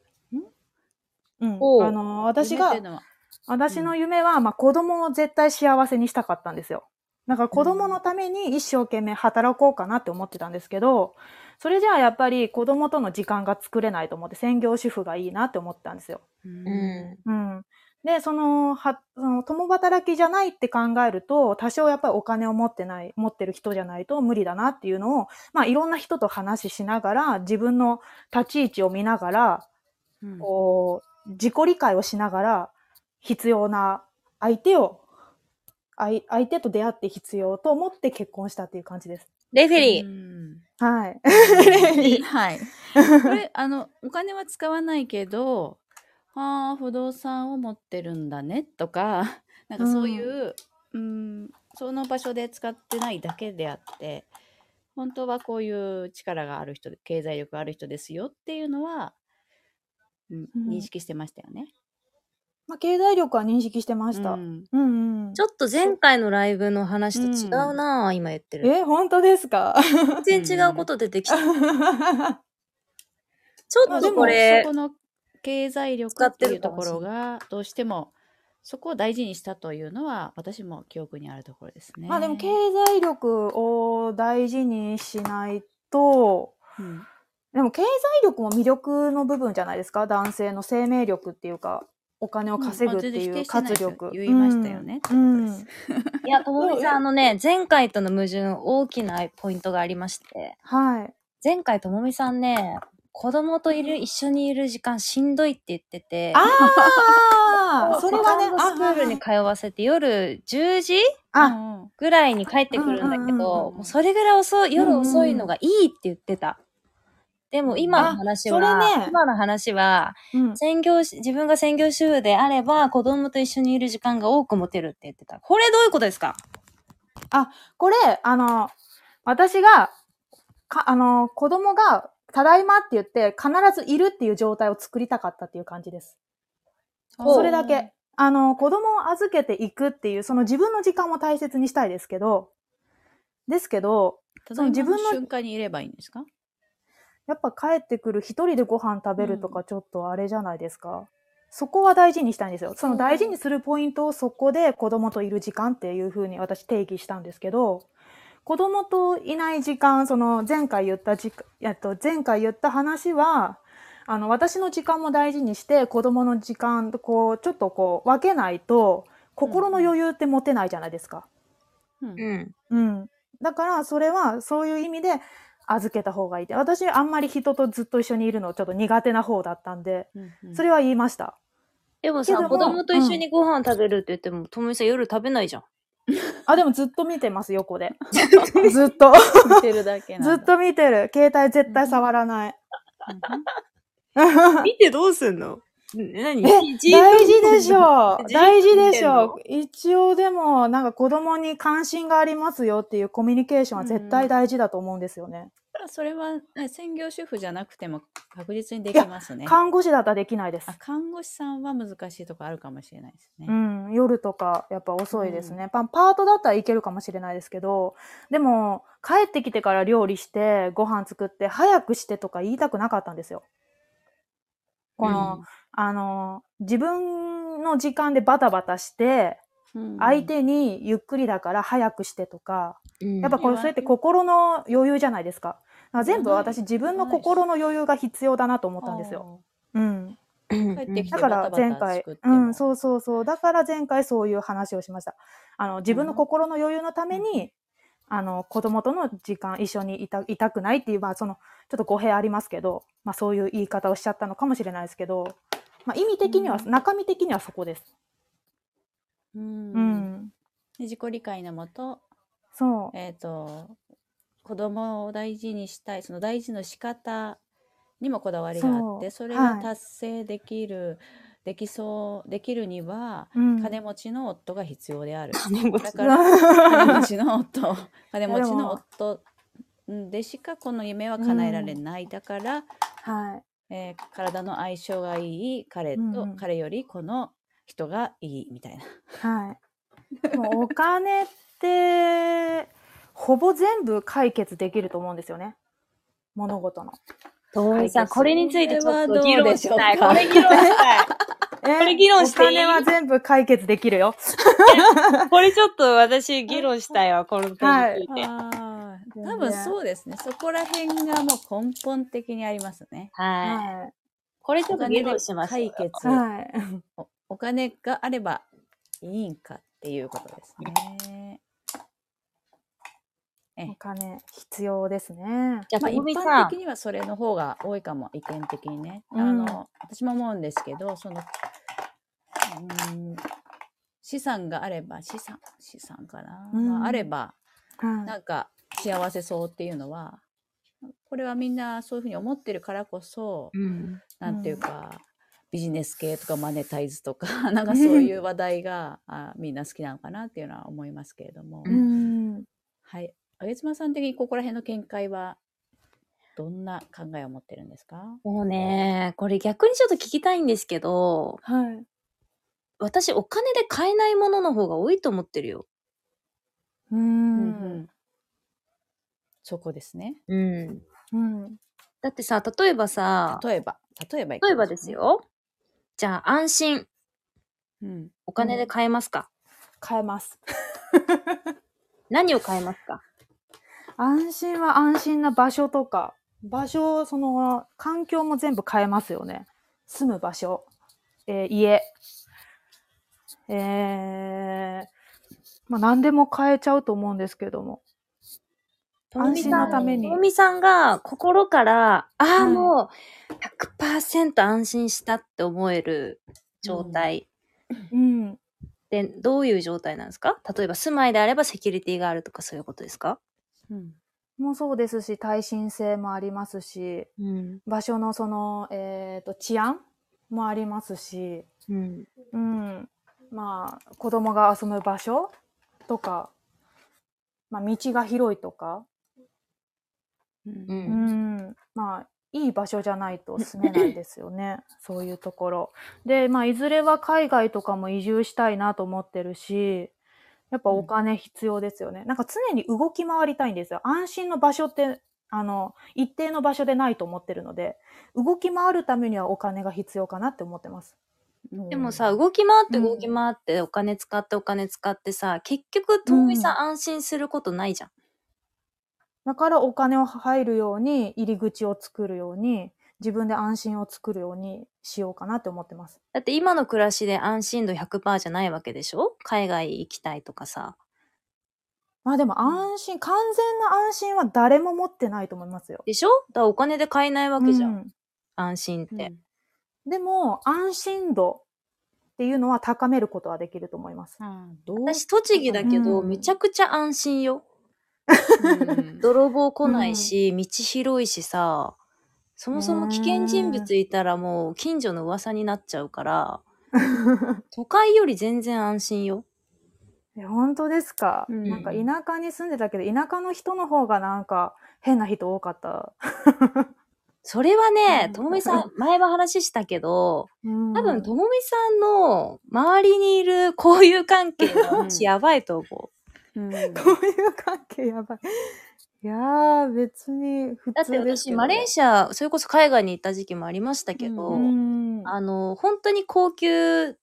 C: うん、
B: おう
C: あの私
A: 夢っ
C: が
A: ていうのは
C: 私の夢は、まあ、子供を絶対幸せにしたかったんですよ。だから子供のために一生懸命働こうかなって思ってたんですけど、それじゃあやっぱり子供との時間が作れないと思って専業主婦がいいなって思ったんですよ。
A: う
B: うんん。
C: うん。で、その、は、その、共働きじゃないって考えると、多少やっぱりお金を持ってない、持ってる人じゃないと無理だなっていうのを、まあいろんな人と話ししながら、自分の立ち位置を見ながら、
A: うん
C: こう、自己理解をしながら、必要な相手を、あい相手と出会って必要と思って結婚したっていう感じです。
B: レフェリー。
C: はい。
A: うん はい。これ、あの、お金は使わないけど、ああ、不動産を持ってるんだねとか、 なんかそういう、うん、その場所で使ってないだけであって、本当はこういう力がある人、経済力がある人ですよっていうのは、うん
C: うん
A: 認識してましたよね。
C: まあ、経済力は認識してました。
A: う
C: うん
A: ん
C: うん、
B: ちょっと前回のライブの話と違うなぁ、今言ってる。
C: え、本当で すか
B: 全然違うこと出てきた。ち
A: ま
B: ょ
A: あ
B: っ
A: で
B: と
A: も
B: これ
A: そこ、の経済力っていうところがどうしてもそこを大事にしたというのは私も記憶にあるところですね。
C: まあでも経済力を大事にしないと、
A: うん
C: でも経済力も魅力の部分じゃないですか男性の生命力っていうか、お金を稼ぐっていう活力。
A: うんまあ全然否定してないですよ言いましたよね
C: うん
A: ってことで
B: いや、ともみさん、あのね、前回との矛盾、大きなポイントがありまして、
C: うんはい。
B: 前回ともみさんね、子供といる、一緒にいる時間しんどいって言ってて、
C: ああ、それはね、
B: スクールに
C: あ
B: 通わせて夜10時
C: あ
A: うんうん
B: ぐらいに帰ってくるんだけど、
C: うんうんうんうん
B: もうそれぐらい遅い、夜遅いのがいいって言ってた。でも今の話は、
C: あそれね
B: 今の話は、
C: うん
B: 専業し、自分が専業主婦であれば、子供と一緒にいる時間が多く持てるって言ってた。これどういうことですか
C: これ、あの、私が、か、あの、子供が、ただいまって言って、必ずいるっていう状態を作りたかったっていう感じです。
B: ほう
C: それだけ。あの、子供を預けていくっていう、その自分の時間も大切にしたいですけど、ですけど、
A: ただ
C: その
A: 自
C: 自
A: 分
C: 分
A: の
C: の
A: 瞬間にいればいいんですか
C: やっぱ帰ってくる一人でご飯食べるとかちょっとあれじゃないですか。そこは大事にしたいんですよ。その大事にするポイントをそこで子供といる時間っていうふうに私定義したんですけど、子供といない時間、その前回言った時間、えっと前回言った話は、あの私の時間も大事にして子供の時間とこうちょっとこう分けないと心の余裕って持てないじゃないですか。
A: うん
B: うん。
C: うん。だから、それは、そういう意味で、預けた方がいいって。私、あんまり人とずっと一緒にいるの、ちょっと苦手な方だったんで、
A: うんうん
C: それは言いました。
B: でも
C: け
B: さ、
C: ども
B: 子供と一緒にご飯食べるって言っても、ともみさん夜食べないじゃん。
C: あ、でもずっと見てます、横で。 ずっと。
A: 見てるだけ
C: ず
A: なんだ
C: っと見てる。携帯絶対触らない。
A: うんうん
C: 大
B: 見てどうすんの何
C: 事でしょう。
B: じーっと
C: 大事でし
B: 見
C: ょう。一応でも、なんか子供に関心がありますよっていうコミュニケーションは絶対大事だと思うんですよね。
A: まあそれはね専業主婦じゃなくても確実にできますね
C: 看護師だったらできないです
A: あ。看護師さんは難しいとこあるかもしれないですね
C: うん、夜とかやっぱ遅いですね、パパートだったらいけるかもしれないですけどでも帰ってきてから料理してご飯作って早くしてとか言いたくなかったんですよ。この、あの自分の時間でバタバタして、
A: うん
C: 相手にゆっくりだから早くしてとか、やっぱこ
A: う
C: れ
A: ん
C: それって心の余裕じゃないですか。だから全部私自分の心の余裕が必要だなと思ったんですよ。
A: よ
C: うん。
A: 帰ってき
B: た
A: て
C: だから前
A: バタバタ
C: 回
A: 作って
C: う
A: も
C: ん、そうそうそう。だから前回そういう話をしました。あの、自分の心の余裕のために、あの、子供との時間一緒にいた、いたくないっていう、まあその、ちょっと語弊ありますけど、まあそういう言い方をしちゃったのかもしれないですけど、まあ意味的には、
A: うん
C: 中身的にはそこです。
A: うん
C: うん。
A: で自己理解のもと
C: そう。
A: えっ、と子供を大事にしたいその大事の仕方にもこだわりがあってそ
C: そう
A: れ
C: は
A: が
C: い
A: 達成できる、できそうできるには
C: うん
A: 金持ちの夫が必要である、
B: 金持
A: だ
B: ち
A: から金持ちの夫金持ちの夫でしかこの夢は叶えられない、だから、
C: はい。
A: えー体の相性がいい彼と、
C: うんうん
A: 彼よりこの人がいいみたいな。
C: はい。でもお金って、ほぼ全部解決できると思うんですよね。物事の。
B: ともみさん、これについてちょっと議
A: これはどう
B: 論
A: でし
B: し
A: ょう
B: たい。
A: か
B: これ議論 したい。
C: えー
B: これ議論していい
C: お金は全部解決できるよ。
B: これちょっと私議論したいわ、この点について。
A: あー
C: 全
A: 多分
C: 然
A: そうですね。そこら辺がもう根本的にありますね。
B: はい。
C: は
B: これち
A: お
B: ょっと
A: 金で
B: 議論しましょう
A: 解
B: よ。
A: 決
C: い。はい。
A: お。お金があればいいんかっていうことですね。
C: お金必要ですね。
B: じ
A: まあ、
B: ゃあ、と
A: 一
B: もみさ
A: 般
B: ん
A: 的。にはそれの方が多いかも、意見的にね。
C: うん
A: あの、私も思うんですけど、その、うーん資産があれば、資産、資産かな、
C: うん
A: まあ、あれば、
C: は
A: なんか、幸せそうっていうのはこれはみんなそういうふうに思ってるからこそ、
B: うん
A: なんていうか、ビジネス系とかマネタイズとかなんかそういう話題が、あみんな好きなのかなっていうのは思いますけれども、
C: うん
A: はいあげつまさん的にここら辺の見解はどんな考えを持ってるんですか
B: もうね、これ逆にちょっと聞きたいんですけど、
C: はい。
B: 私お金で買えないものの方が多いと思ってるよ。
C: う。
A: うんそこですね
B: うん。
C: うん。
B: だってさ、例えばさ、
A: 例えば例えばいく
B: 例え
A: ら
B: ばです、よ。じゃあ、安心。
A: うん、
B: お金で買えますか、
C: 変えます。
B: 何を買えますか
C: 安心は安心な場所とか、場所、その、環境も全部変えますよね。住む場所、えー家、えー、まあ何でも変えちゃうと思うんですけども。
B: ともみさん
C: 安心のために
B: ともみさんが心から、ああ、
C: はい
B: もう100%安心したって思える状態
C: うん。
B: でどういう状態なんですか例えば住まいであればセキュリティがあるとかそういうことですか
A: うん
C: もうそうですし、耐震性もありますし、
B: うん。
C: 場所のその、えっ、と、治安もありますし、
B: うん。
C: うん、まあ子供が遊ぶ場所とか、まあ、道が広いとか、
A: うん
B: うん
C: うん、まあいい場所じゃないと住めないですよ ねそういうところ。で、まあ、いずれは海外とかも移住したいなと思ってるしやっぱお金必要ですよね、なんか常に動き回りたいんですよ。安心の場所ってあの一定の場所でないと思ってるので動き回るためにはお金が必要かなって思ってます。
B: でもさ、動き回って動き回って、お金使ってお金使ってさ、結局、ともみさん安心することないじゃん。
C: だからお金を入るように入り口を作るように自分で安心を作るようにしようかなって思ってます。
B: だって今の暮らしで安心度100%じゃないわけでしょ海外行きたいとかさ。
C: まあでも安心、完全な安心は誰も持ってないと思いますよ。
B: でしょだからお金で買えないわけじゃん。
C: うん
B: 安心って。
C: でも安心度っていうのは高めることはできると思います。
A: あどう
B: 私、栃木だけど、
C: うん
B: めちゃくちゃ安心よ。
A: うん
B: 泥棒来ないし、道広いしさ、そもそも危険人物いたらもう近所の噂になっちゃう から、都会より全然安心よ。
C: え本当ですか、
A: うん
C: なんか田舎に住んでたけど田舎の人の方がなんか変な人多かった。
B: それは
C: う
B: ね
C: ん、
B: ともみ さん、前は話したけど、
C: うん
B: 多分、ともみさんの周りにいる交友関係
A: う
B: の
A: ん
B: うちやばいと思
A: うん
C: こういう関係やばい。いやー、別に普
B: う。だっ
C: 通
B: て
C: です
B: 私、
C: けど、
B: マレーシア、それこそ海外に行った時期もありましたけど、
C: うん
B: あの、本当に高級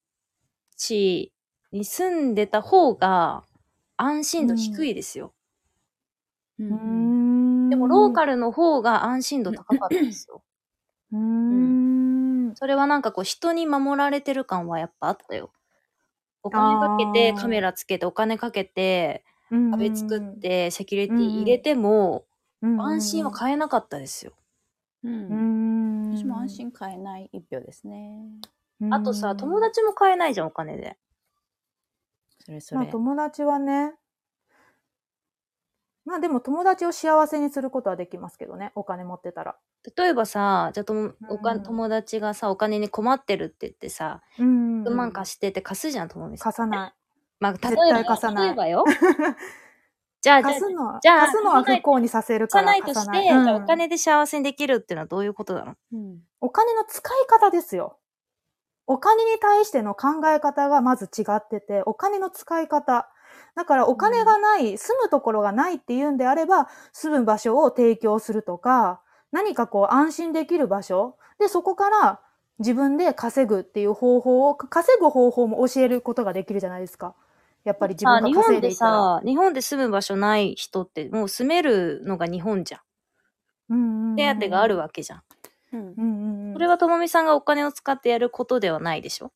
B: 地に住んでた方が安心度低いですよ。
A: うん
C: うん
B: でも、ローカルの方が安心度高かったです よ。
C: うーん。
B: それはなんかこう、人に守られてる感はやっぱあったよ。お金かけて、
C: あー
B: カメラつけて、お金かけて、壁作ってセキュリティ入れても、
C: うん、
B: 安心は買えなかったですよ。
A: うん
C: うん
A: 私も安心買えない一票ですね。
B: あとさ、友、達も買えないじゃん、お金で。
A: それそ
C: うんまあ
A: れ。
C: 友達はね、まあでも友達を幸せにすることはできますけどね、お金持ってたら。
B: 例えばさ、じゃあともおか
C: うん
B: 友達がさ、お金に困ってるって言ってさ、
C: うん
B: 1万貸してって貸すじゃん、ともみさん。
C: 貸さない。
B: まあ、例
C: 絶
B: え
C: 対
B: ば
C: 貸さない
B: 例えば よ。じゃあ、じゃあ
C: 貸、すのは、
B: じゃあ
C: 貸すのは不幸にさせる
B: 貸さ
C: から
B: ないと
C: 貸
B: し
C: さ
B: て、
C: ない
B: じゃあ
C: うん
B: お金で幸せにできるっていうのはどういうことなの
A: うん
C: お金の使い方ですよ。お金に対しての考え方がまず違ってて、お金の使い方。だからお金がない、住むところがないっていうんであれば、住む場所を提供するとか、何かこう安心できる場所。で、そこから自分で稼ぐっていう方法を、稼ぐ方法も教えることができるじゃないですか。やっぱり自
B: さあ、
C: 分
B: 日
C: が稼
B: 本
C: いで
B: で
C: いたら。
B: さ、日本で住む場所ない人って、もう住めるのが日本じゃん。
C: うんうん
B: 手当てがある
C: わ。
B: わけじゃん。
A: うん
C: うんうんうん
B: それはともみさんがお金を使ってやることではないでしょ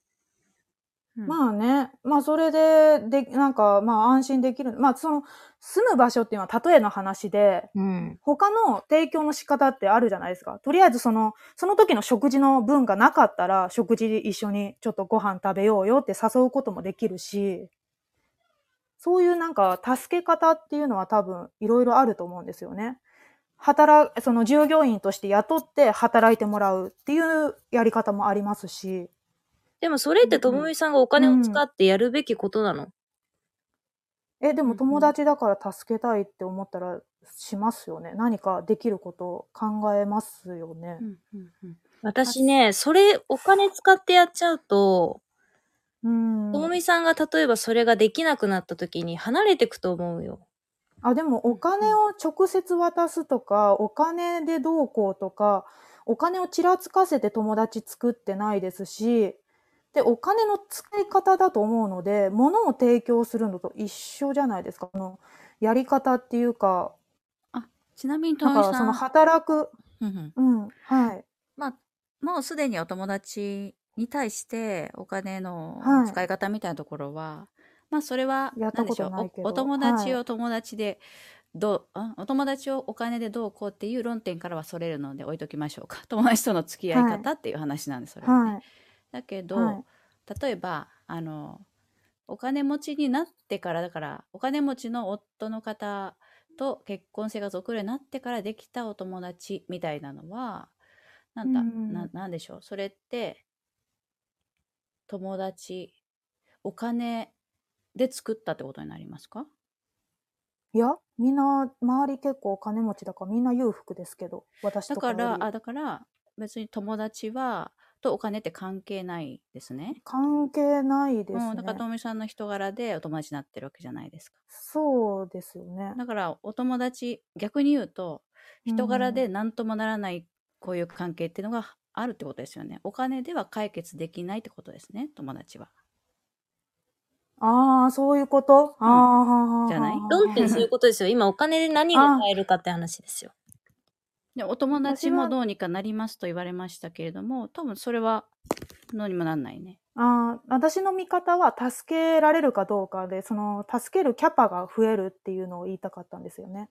A: まあ
C: まあね、まあそれで、で、なんか、まあ安心できる。まあその、住む場所っていうのは例えの話で、
B: うん。
C: 他の提供の仕方ってあるじゃないですか。とりあえずその、その時の食事の分がなかったら、食事一緒にちょっとご飯食べようよって誘うこともできるし、そういうなんか助け方っていうのは多分いろいろあると思うんですよね。働、その従業員として雇って働いてもらうっていうやり方もありますし。
B: でもそれってともみさんがお金を使ってやるべきことなの、
C: え、でも友達だから助けたいって思ったらしますよね。何かできることを考えますよね。
B: 私ね、それお金使ってやっちゃうと、
C: う
B: と
C: ん。
B: もみさんが例えばそれができなくなった時に離れてくと思うよ。
C: あ、でもお金を直接渡すとか、お金でどうこうとか、お金をちらつかせて友達作ってないですし、で、お金の使い方だと思うので、物を提供するのと一緒じゃないですか。このやり方っていうか、
A: ちなみに、と
C: だ
A: もみ
C: からそ
A: さ
C: の
A: ん、
C: 働く、
A: うんうん
C: うん、はい。
A: まあ、もうすでにお友達に対してお金の
C: はい
A: 使い方みたいなところは、まあ、それは、
C: やっ
A: な
C: た
A: んで
C: こ
A: しょ
C: と
A: う
C: ないけど
A: おお友達
C: は
A: を友達で、どう、あお友達をお金でどうこうっていう論点からはそれるので置いときましょうか。 友達との付き合い方っていう話なんです、それはね。
C: はい。
A: だけど、
C: はい。
A: 例えばあのお金持ちになってからだからお金持ちの夫の方と結婚生活を送るようになってからできたお友達みたいなのはなんだ、
C: うん
A: ななんでしょうそれって友達お金で作ったってことになりますか
C: いや、みんな、周り結構お金持ちだからみんな裕福ですけど、私
A: だ
C: とか
A: か
C: より。
A: らあだから別に友達はとお金って関係ないですね。
C: 関係ないですね。
A: うん、だからともみさんの人柄でお友達になってるわけじゃないですか。
C: そうですよね。
A: だからお友達逆に言うと人柄で何ともならないこういう関係っていうのがあるってことですよね。お金では解決できないってことですね友達は。
C: ああ、そういうこと、ああ
A: じゃない
B: 論点そういうことですよ。今お金で何が買えるかって話ですよ。
A: でお友達
C: 私
A: も
C: は
A: どうにかなりますと言われましたけれども多分それはどうにもなんないね。
C: ああ、私の見方は助けられるかどうかで、その助けるキャパが増えるっていうのを言いたかったんですよね。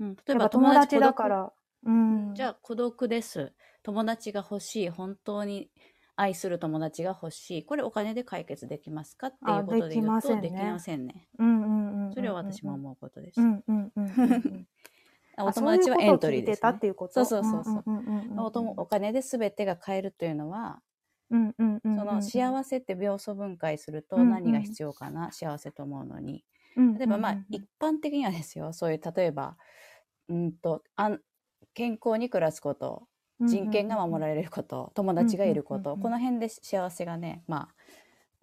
A: うん、例え
C: やっ
A: ば
C: ぱ
A: 友
C: 友
A: 達
C: 達
A: 孤
C: だ
A: 独
C: から。うん。
A: じゃあ孤独です。友達が欲しい本当に愛する友達が欲しいこれお金で解決できますかっていうことで言うと
C: あで
A: でき
C: き
A: ま
C: ま
A: せんね。
C: うんうんうんうんうん。
A: それは私も思うことです。
C: うんうんうんうんうん。
A: あ
C: あ
A: お友達はエントリーです、
C: そういうことを聞いてた
A: ね
C: っ。ていうこと。
A: そうそうそうそう
C: うんうんうんうんうん
A: おともお金で全てが買えるというのは、
C: うんうんうんうん。
A: その幸せって秒素分解すると
C: うんうん
A: 何が必要かな、幸せと思うのに
C: うんうんうん。
A: 例えばまあ一般的にはですよそういう例えばうんとあん健康に暮らすこと人権が守
C: れ
A: ら
C: る。
A: れること友達がいるこ
C: うんうんう
A: と
C: んうん
A: この辺で幸せがねまあ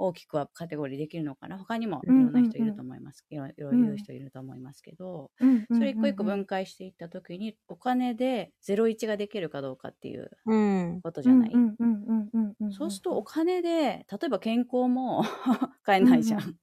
A: 大きくはカテゴリーできるのかな他にもい
C: う
A: ろ
C: んうんうん
A: んな人いると思いますいろいろいる人いると思いますけど
C: うんうんうん
A: それ一個一個分解していった時にお金で01ができるかどうかっていう
B: うん。
A: ことじゃない
C: うんうんうんうんうんんん。
A: そうするとお金で、例えば健康も 買えないじゃん。
C: うんう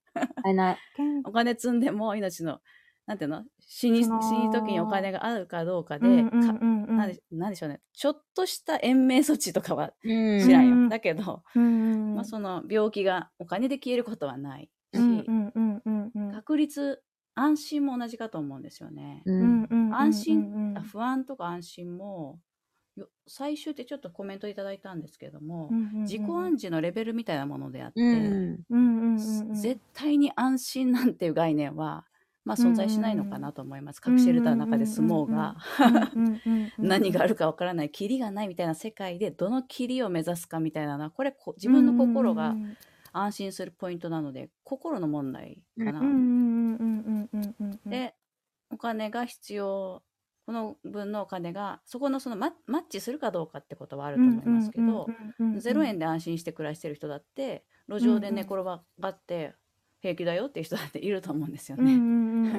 B: 買えない。
C: 健
A: お金積んでも命の、なんていうの死に、死
C: その
A: に時にお金があるかどうかで、
C: うんうん
A: か
C: うんうん
A: なんでなんでしょうね。ちょっとした延命措置とかは
B: うん。
A: 知らんよ。
C: うんうん
A: だけど、
C: うん
A: まあ、その病気がお金で消えることはないし、
B: うん
C: うんうんうんうん
A: 確率、安心も同じかと思うんですよね。
B: う。
C: うんんうん
A: 安
C: うんう
A: 心
C: ん、
A: 不安とか安心も、よ最終ってちょっとコメントいただいたんですけども、
C: うんうんうん
A: 自己暗示のレベルみたいなものであって、
B: うん。
C: うんうんうんうん
A: 絶対に安心なんていう概念は、まあ、存在しないのかなと思います。核シェルターの中で住もうが、
C: うんうんうんう ん
A: 何があるかわからない、キリがないみたいな世界で、どのキリを目指すかみたいなのは、これこ自分の心が安心するポイントなので、心の問題かな。
C: うんうんうんうんうんうんうんうん
A: で、お金が必要、この分のお金が、そこのそのママッチするかどうかってことはあると思いますけど、
C: うんうんうんうん
A: 0円で安心して暮らしてる人だって路上で寝転がって平気だよっていう人だっていると思うんですよ
C: うんう
A: ね。
C: んうんうん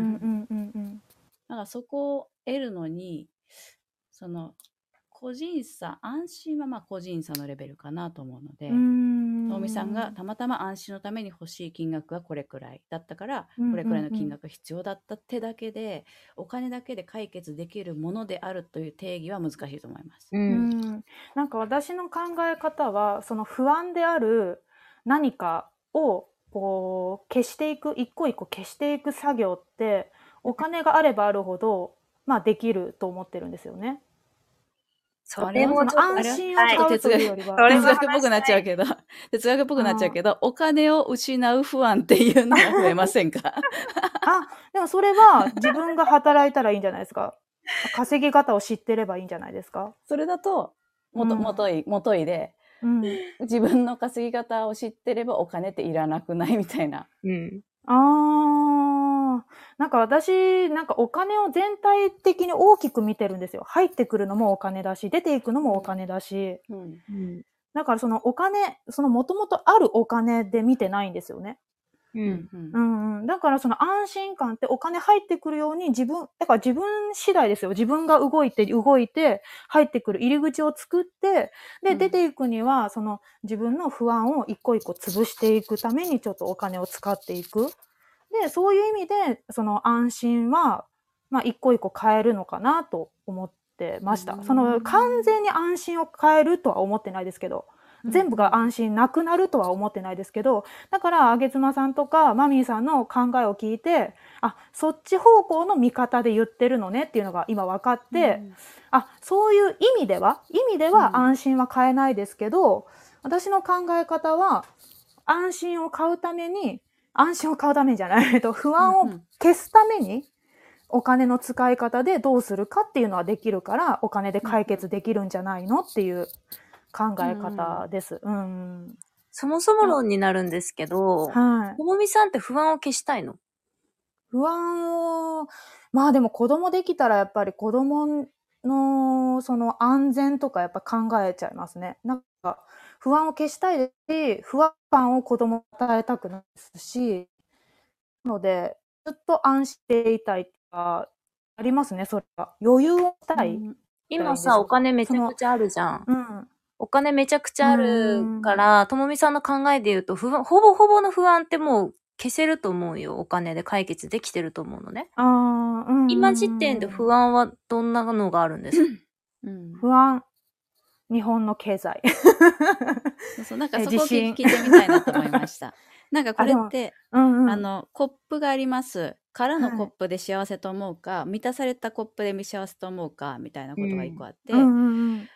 C: うんうん
A: だからそこを得るのにその個人差安心はまあ個人差のレベルかなと思うので。
C: うん
A: とみさんがたまたま安心のために欲しい金額がこれくらいだったから
C: うんうんうん
A: これくらいの金額が必要だったってだけでお金だけで解決できるものであるという定義は難しいと思います。
B: う。
C: うんんなんか私の考え方はその不安である何かをこう消していく一個一個消していく作業ってお金があればあるほど、まあ、できると思ってるんですよね。
B: それもちょっと
C: 安心を
B: はい
C: 買うというよりは。
B: はい
A: 哲
B: それも
A: 学っぽくなっちゃうけど、 哲学っぽくなっちゃうけど、お金を失う不安っていうのが増えません か
C: あ、 でもそれは自分が働いたらいいんじゃないですか。稼ぎ方を知ってればいいんじゃないですか。
A: それだと、もと、
C: うん
A: もとい、もといで、
C: うん。
A: 自分の稼ぎ方を知ってればお金っていらなくないみたいな。
B: うん。
C: あー。なんか私、なんかお金を全体的に大きく見てるんですよ。入ってくるのもお金だし、出ていくのもお金だし。
A: うん。
B: うん。
C: だからそのお金、そのもともとあるお金で見てないんですよね。
B: うん。
C: うんうん、だからその安心感ってお金入ってくるように自分、だから自分次第ですよ。自分が動いて、動いて、入ってくる入り口を作って、
A: う
C: で、
A: ん
C: 出ていくには、その自分の不安を一個一個潰していくためにちょっとお金を使っていく。で、そういう意味で、その安心は、まあ一個一個変えるのかなと思ってまし
A: う
C: た。
A: ん
C: その完全に安心を変えるとは思ってないですけど、全部が安心なくなるとは思ってないですけどだからあげつまさんとかマミーさんの考えを聞いてあそっち方向の見方で言ってるのねっていうのが今分かって、あそういう意味では意味で
A: うん
C: は安心は変えないですけど、私の考え方は安心を買うために安心を買うためじゃないえっと不安を消すためにお金の使い方でどうするかっていうのはできるからお金で解決できるんじゃないのっていう考え方です。うん
B: そもそも論になるんですけど、
C: はい。
B: ともみさんって不安を消したいの
C: 不安を、まあでも子供できたらやっぱり子供のその安全とかやっぱ考えちゃいますね。なんか不安を消したいですし、不安感を子供に与えたくないですし、なので、ずっと安心していたいとか、ありますね、それは。余裕をしたい。うん。
B: 今さ、お金めちゃくちゃあるじゃん。お金めちゃくちゃあるから、ともみさんの考えで言うと、不安、ほぼほぼの不安ってもう消せると思うよ。お金で解決できてると思うのね。
C: ああ、うん。
B: 今時点で不安はどんなのがあるんですか
A: うん
C: 不安。日本の経済。
A: そうそうなんか
C: え
A: そこを
C: 自
A: 聞
C: 信
A: いてみたいなと思いま した。なんかこれって、
C: うんうん。
A: あ、の、コップがあります。空
C: は
A: の
C: い
A: コップで幸せと思うか、満たされたコップで幸せと思うか、みたいなことが一個あって、
C: うんうんうん。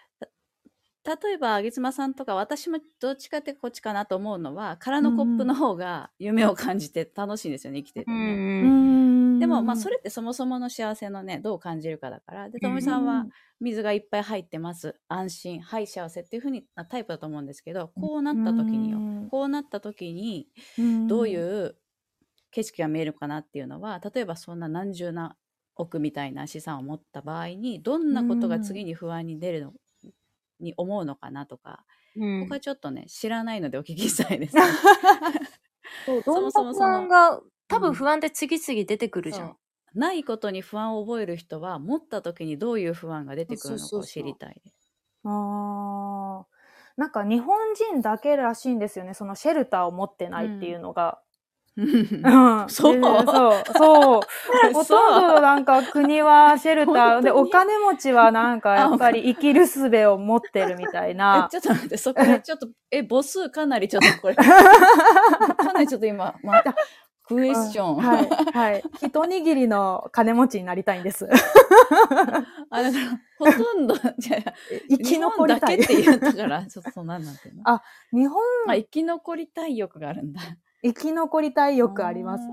A: 例えば、あげつまさんとか、私もどっちかってこっちかなと思うのは、空のコップの方が夢を感じて楽しいんですよね、生きてて
B: う。
A: ね。
C: うんん
A: でも、まあ、それってそもそもの幸せのね、どう感じるかだから。で、ともみさんは、水がいっぱい入ってます。安心。はい、幸せっていうふうになタイプだと思うんですけど、こうなった時によ。
C: よ、
A: こうなった時に、
C: ん
A: どうい
C: ん
A: う景色が見えるかなっていうのは例えばそんな何十何億みたいな資産を持った場合にどんなことが次に不安に出るのに思うのかなとか、
B: うん
A: 僕はちょっとね知らないのでお聞きしたい です。
B: そう
A: そも
B: どんな
A: そもその
B: 不安が、多分不安って次々出てくるじゃ
A: そ
B: ん
A: う。ないことに不安を覚える人は持った時にどういう不安が出てくるのか
B: そうそう
A: を
B: そう
A: 知りたい。
C: あーなんか日本人だけらしいんですよねそのシェルターを持ってないっていうのが。うん
A: そう
C: でそう。 そう。ほとんどなんか国はシェルタ
A: 本当
C: ー、
A: に
C: で、お金持ちはな んかやっぱり生きる術を持ってるみたい
A: え
C: な。
A: ちょっと待ってそこでちょっとえ母数かなりちょっとこれかなりちょっと今またクエスチョン。
C: はい。はい。一握りの金持ちになりたいんです。
A: あだからほとんどじゃあ
C: 生き残りたい。
A: 日本だけって
C: 日
A: 言ったから、ちょっとそうなんなんていうの。
C: あ本、
A: まあ、生き残りたい欲があるんだ。
C: 生き残りたい欲あります。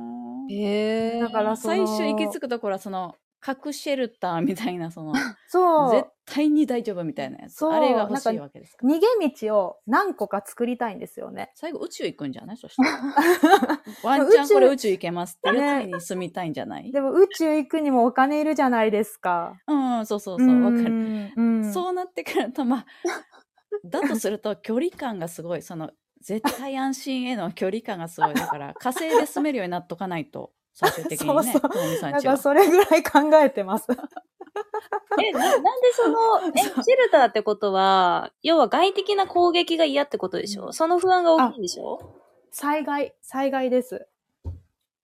B: へえ。
C: だからそ
A: 最
C: の
A: 終行き着くところは、その、核シェルターみたいな、その、
C: そう。
A: 絶対に大丈夫みたいなやつ。
C: そう
A: あれが欲し
C: なん
A: い
C: か
A: わけですから。
C: 逃げ道を何個か作りたいんですよね。
A: 最後宇宙行くんじゃないそしたら。 ワンチャンこれ宇宙行けますっていうやつ
C: ね
A: に住みたいんじゃない、
C: でも宇宙行くにもお金いるじゃないですか。
A: うん、そうそうそう、わかる。
C: る。うん、
A: そうなってくると、まあ、 だとすると距離感がすごい、その、絶対安心への距離感がすごい。だから、火星で住めるようになっとかない と、最終的にね、
C: そうそう
A: トミさ
C: なんん
A: ちは
C: か。それぐらい考えてます。
B: え、ななんでその、え、シェルターってことは、要は外的な攻撃が嫌ってことでしょ、
A: うん
B: その不安が大きいんでしょ
C: 災害、災害です。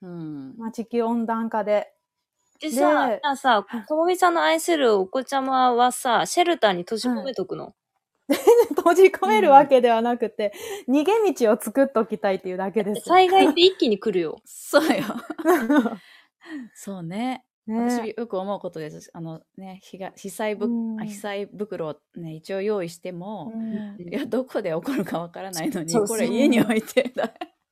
A: うん。
C: まあ、地球温暖
A: 。
C: 化で。
B: で
C: で
B: さ、じゃあさ、ともみさんの愛するお子ちゃまはさ、シェルターに閉じ込めとくの。
C: 閉じ込めるわけではなくて、逃げ道を作っときたいっていうだけです。
B: 災害って一気に来るよ
A: そうよ。そうね。私よく思うことです。あのね、被害被災ぶ、
C: うん
A: あ被災袋を、ね、一応用意しても、
C: うん
A: いや、どこで起こるかわからないのに、
C: そう
A: これ
C: そう
A: 家に置いて、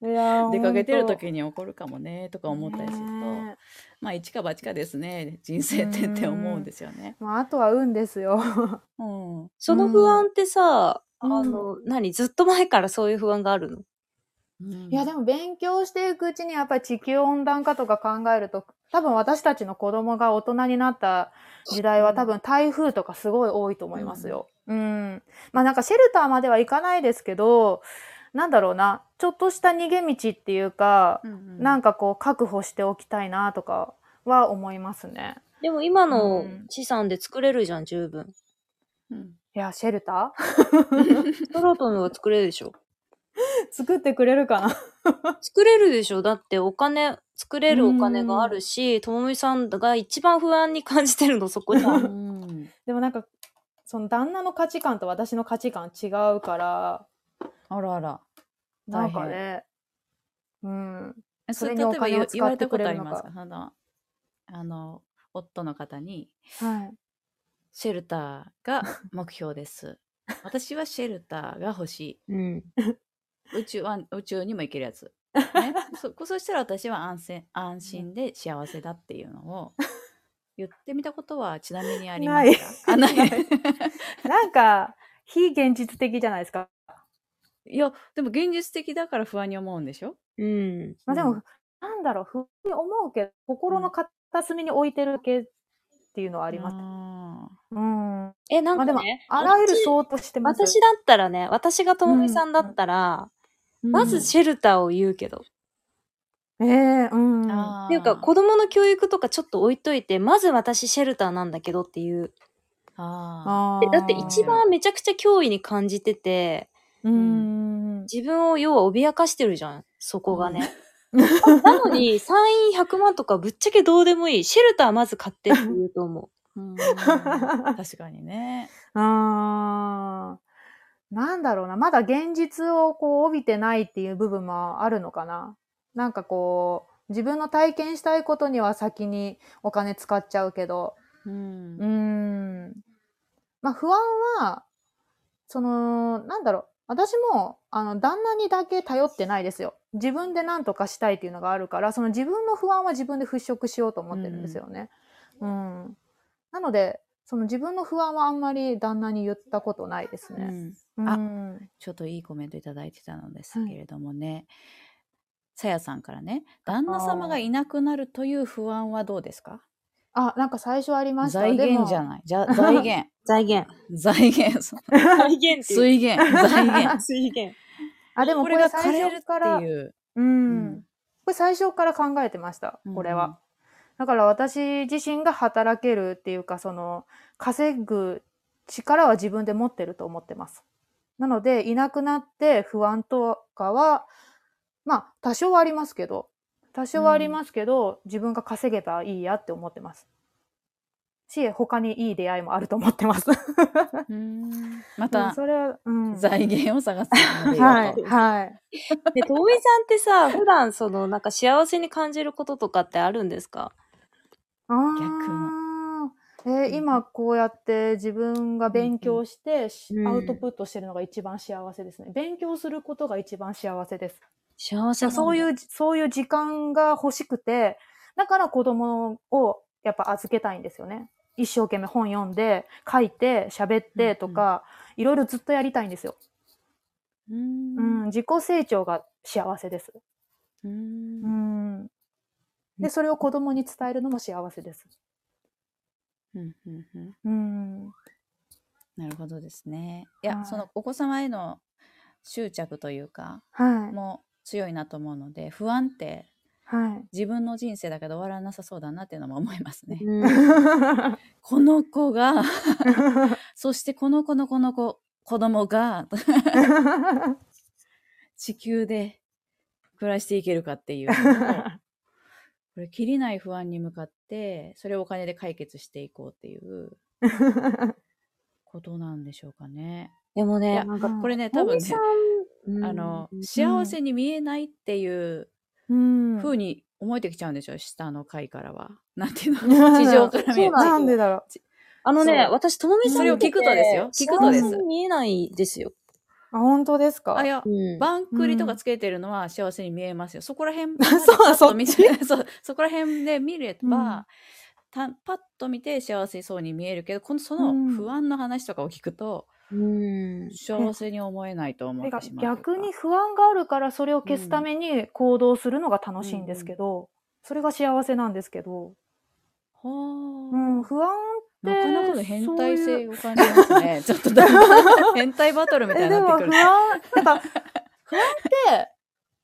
C: いやー
A: 出かけてる時
C: ほん
A: に起こるかもね、とか
C: と
A: 思ったりすると、
C: ね
A: まあ、一か八かですね、人生ってって思うんですよね。
C: まあ、あとは運ですよ。
A: うん。
B: その不安ってさ、
C: うん
B: あの、何ずっと前からそういう不安があるの
C: いやでも勉強していくうちにやっぱり地球温暖化とか考えると多分私たちの子供が大人になった時代は多分台風とかすごい多いと思いますよ。うん。まあなんかシェルターまでは行かないですけど、なんだろうな、ちょっとした逃げ道っていうか、なん
A: か、
C: かこう確保しておきたいなとかは思いますね。
B: でも今の
C: うん
B: 資産で作れるじゃん、十分。
A: うん
C: いや、シェルター
B: 空飛ぶは作れるでしょ。
C: 作ってくれるかな
B: 作れるでしょだってお金、作れるお金があるし、ともみさんが一番不安に感じてるの、そこじゃ ん。
C: でもなんか、その旦那の価値観と私の価値観違うから、
A: あらあら。
C: な
A: 大
C: ん
A: 変
C: かね、うん。
A: えそ
C: そ
A: れ例え
C: れにお
A: ば
C: 金を
A: 言言わ
C: 使
A: れ
C: ったて
A: こ
C: く
A: と
C: れ
A: あ
C: る
A: り
C: のか
A: ますかあの、あの、夫の方に、
C: はい。
A: シェルターが目標 です。私はシェルターが欲し
B: うん。
A: い。宇宙は、宇宙にも行けるやつ。ね、そそしたら私は安心安心で幸せだっていうのを言ってみたことはちなみにありました。あ、
C: な
A: ないい。
C: なんか、非現実的じゃないですか。
A: いや、でも現実的だから不安に思うんでしょ
B: うん。
C: まあでも、
A: う
C: なんだろう、ふうに思うけど、心の片隅に置いてる系っていうのはあ
A: あ
C: ります。
A: ま
C: うん。
B: え、なん
C: ま
B: か
C: あでも
B: ね、、
C: あらゆる想としてます。
B: 私だったらね、私がともみさんだったら、
A: す。
B: まずシェルターを言うけど。
C: ええうん。
A: あー
B: っていうか、子供の教育とかちょっと置いといて、まず私シェルターなんだけどっていう。
A: あ
C: あ
B: で
C: ー
B: だって一番、めちゃくちゃ脅威に感じてて、
C: うん。
B: 自分を要は脅かしてるじゃん、そこがね。なのに、参院100万とかぶっちゃけどうでもいい。シェルターまず買ってって言うと
A: ー
B: 思
A: うん確かにね。
C: あーなんだろうな、まだ現実をこう帯びてないっていう部分もあるのかな。なんかこう、自分の体験したいことには先にお金使っちゃうけど、
A: うん
C: うーん。まあ不安は、その、なんだろう、私も、あの、旦那にだけ頼ってないですよ。自分で何とかしたいっていうのがあるから、その自分の不安は自分で払拭しようと思ってるんですよね。うん、なので、その自分の不安はあんまり旦那に言ったことないです
A: う
C: ね。
A: ん
C: うん。
A: あちょっといいコメントいただいてたのですけれどもね、さやさんからね、旦那様がいなくなるという不安はどうですか
C: あ、なんか最初ありました。
A: 財源じゃ
C: でも
A: ない。じゃ財源。
B: う。財源。
A: 財源。そう
B: 財源っていう。
A: 水源。財 源。
B: 水源。
C: あ、でも
A: こ
C: こ
A: れ
C: れ
A: が
C: 最
A: 枯れる
C: 初から、
A: っていう。
C: うん。これ最初から考えてました、これは。だから私自身が働けるっていうか、その、稼ぐ力は自分で持ってると思ってます。なので、いなくなって不安とかは、まあ、多少はありますけど、多少はありますけど、自分が稼げたらいいやって思ってます。し、他にいい出会いもあると思ってます。
A: うん。うんま
C: うん
A: た、
C: それは、うん。はい。
A: 財源を探すのでよ
C: は
A: と
C: い。はい
B: で、ともみさんってさ、普段その、なんか幸せに感じることとかってあるんですか
C: あ
A: う
C: ーえ
A: ん
C: ー、今こうやって自分が勉強してし
B: うん
C: アウトプットしてるのが一番幸せですね。勉強することが一番幸せです。
B: 幸せ。
C: そういうう、そういう時間が欲しくて、だから子供をやっぱ預けたいんですよね。一生懸命本読んで、書いて、喋ってとか、いろいろずっとやりたいんですよ。
A: う
C: うん、
A: ん
C: 自己成長が幸せです。
A: う
C: うんん。で、それを子供に伝えるのも幸せです。
A: うんうんうん
C: うん。
A: なるほどですね。いや、
C: はい
A: そのお子様への執着というか、
C: はい。
A: も強いなと思うので、不安って
C: はい。
A: 自分の人生だけど終わらなさそうだなっていうのも思いますね。
B: うん、
A: この子が、そしてこの子のこの子、子供が地球で暮らしていけるかっていうの をこれ、切りない不安に向かって、それをお金で解決していこうっていうことなんでしょうかね。
B: でも
A: い
B: ね、
A: や
B: なんか、
A: これね、
B: と
A: 多
B: も
A: 分
B: みさ
A: ね
B: ん、、うん
A: あの、幸せに見えないっていう
C: うん
A: 風に思えてきちゃうんでしょ、下の階からは。なん ていうの地上から見える。
B: そうな
C: なんでだろう。
B: あのね
A: そ、う
B: 私、ともみさん見てて
A: それを聞くとですよ聞くと
C: です
B: 幸せに見えないですよ。
C: あ、本当ですか
A: あ、いや
B: う、ん。
A: バンクリとかつけてるのは幸せに見えますよ。そこら辺
C: そう
A: パッ
C: そ
A: と
C: っち
A: 見てそうそこら辺で見れば、
C: うん
A: たパッと見て幸せそうに見えるけど、このその
C: うん
A: 不安の話とかを聞くと、
B: うん。
A: 幸せに思えないと思
C: て
A: って
C: か
A: しまうというか。
C: 逆に不安があるからそれを消すために行動するのが楽しいんですけど、それが幸せなんですけ
A: は
C: ど、
A: ー
C: うん、不安
A: なかなかの変態
C: そうい
A: 性を感じますね。ちょっとだ んだん変態バトルみたい
C: え
A: に
C: で
A: な
C: も
A: ってく
C: 不
A: る。
C: 安な んか不安って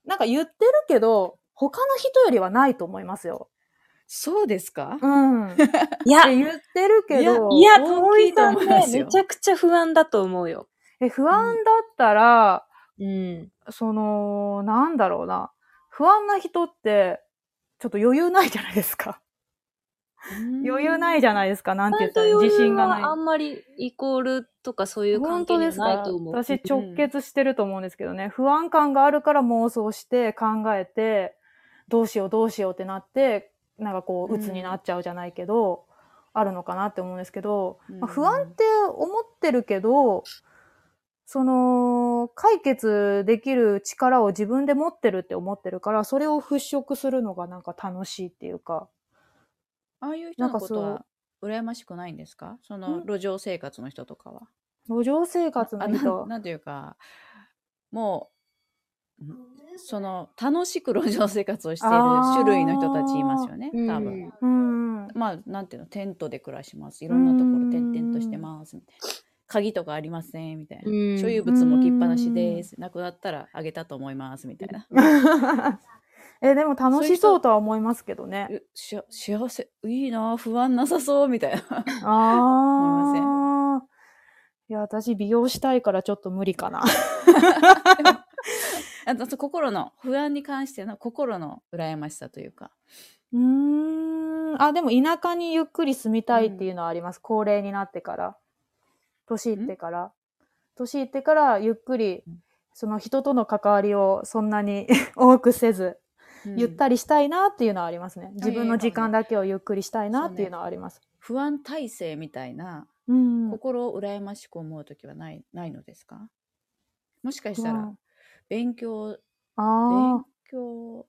C: なんか言ってるけど他の人よりはないと思いますよ。
A: そうですか
C: うん、って
B: いや、い
C: 言ってるけど
A: い
B: や、
A: 大きい
B: ともみさん
A: と思いま
B: ね、
A: すよ
B: めちゃくちゃ不安だと思うよ。
C: え不安だったら、
B: うん。
C: そのなんだろうな不安な人ってちょっと余裕ないじゃないですか。余裕ないじゃ
A: い。
C: ないですか。なんて言
B: 本
C: った
B: 当
C: ら
B: 余
C: 自
B: 裕
C: 信がない。
B: はあんまりイコールとかそういう関係
C: 本当
B: に
C: で
B: は
C: すか
B: ないと思う。
C: 私直結してると思うんですけどね、不安感があるから妄想して考えてどうしようどうしようってなってなんかこう
A: うん
C: 鬱になっちゃうじゃないけど、あるのかなって思うんですけど、
A: うん
C: まあ不安って思ってるけどその解決できる力を自分で持ってるって思ってるからそれを払拭するのがなんか楽しいっていうか
A: ああいう人のこと
C: なん
A: は
C: か
A: 羨ましくないんですかそ
C: ん
A: の路上生活の人とかは。
C: 路上生活
A: あ
C: の
A: な
C: 人
A: なんていうかもうんその楽しく路上生活をしている種類の人たちいますよね
B: うん
A: 多分、
C: うん
A: まあなんていうのテントで暮らしますいろんなところ
C: うん
A: 転々としてますみたいな鍵とかありませんみたいな、
B: うん
A: 所有物も置きっぱなしですなくなったらあげたと思いますみたいな、
C: えでも楽しそうとは思いますけどね。
A: うしあ幸せいいな不安なさそうみたいな 思い
C: ああ。いや、私、美容したいからちょっと無理かな。
A: あと心の不安に関しての心の羨ましさというか
C: うーん。あ、でも田舎にゆっくり住みたいっていうのはあります。高齢になってから。年いってから。年いってからゆっくり
A: うん、
C: その人との関わりをそんなに 多くせず、ゆっ
A: り
C: たりしたいなっていうのはありますね。自分の時間だけをゆっくりしたい
A: そ
C: な
A: う
C: っ
A: ね
C: ていうのはあります。
A: 不安体制みたいな
C: うん。
A: 心を羨ましく思う時はないないのですかもしかした
C: う
A: ら
C: ん
A: 勉強勉
C: あ
A: 強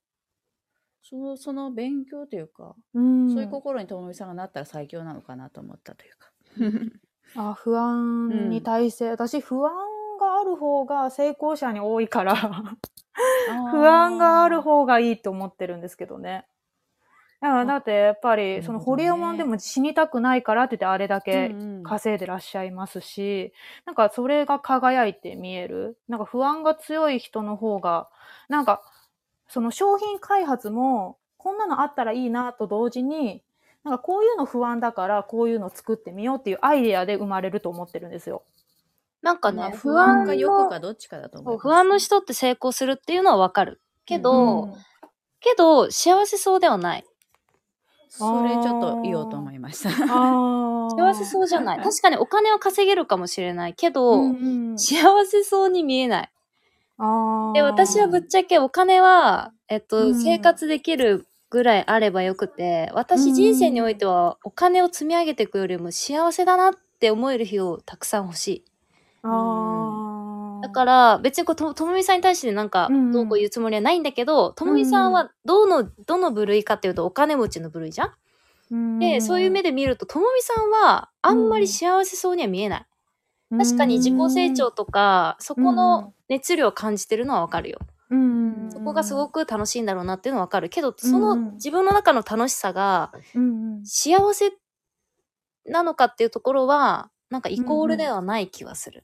A: そのその勉強というか、
C: あ。うん。
A: そういう心にともみさんがなったら最強なのかなと思ったと いうか
C: あ不安に対して、私不安がある方が成功者に多いから不安がある方がいいと思ってるんですけどね。だからだってやっぱ
A: あ
C: りそ
A: なる
C: の
A: ほど
C: ホ
A: ね
C: リエモンでも死にたくないからって言ってあれだけ
A: が
C: 稼いでらっしゃいますし、なんかそれが輝いて見える。なんか不安が強い人の方が、なんかその商品開発もこんなのあったらいいなと同時に、なんかこういうの不安だからこういうの作ってみようっていうアイデアで生まれると思ってるんですよ。
B: なんか
A: まあ
B: ね、
A: 不
B: 不安
A: 安
B: が
A: か
B: よ
A: 欲
B: く
A: かどっちかだと思う
B: 不安の人って成功するっていうのはわかる。けど、
C: うん
B: けど、幸せそうではない。
A: それちょっと言おうと思いました
C: あー
B: 幸せそうじゃない。確かにお金は稼げるかもしれないけど、
C: うんうん
B: 幸せそうに見えない。
C: あー
B: で、私はぶっちゃけお金は、えっと、
C: うん
B: 生活できるぐらいあればよくて、私人生においてはお金を積み上げていくよりも幸せだなって思える日をたくさん欲しい。
C: あ、
B: だからら、別にこうと、ともみさんに対してなんか
C: うんうん、
B: どうこう言うつもりはないんだけど、ともみさんはどの、どの部類かっていうとお金持ちの部類じゃんで、そういう目
C: で、
B: で見ると、ともみさんはあんまり幸せそうには見えない。確かに自己成長とか、そこの熱量を感じてるのはわかるよ。
C: うん、うん
B: そこがすご、く楽しいんだろうなっていうのはわかるけど、
C: うん
B: その自分の中の楽しさが
C: うんうん
B: 幸せなのかっていうところは、なんかイコールではない気はする。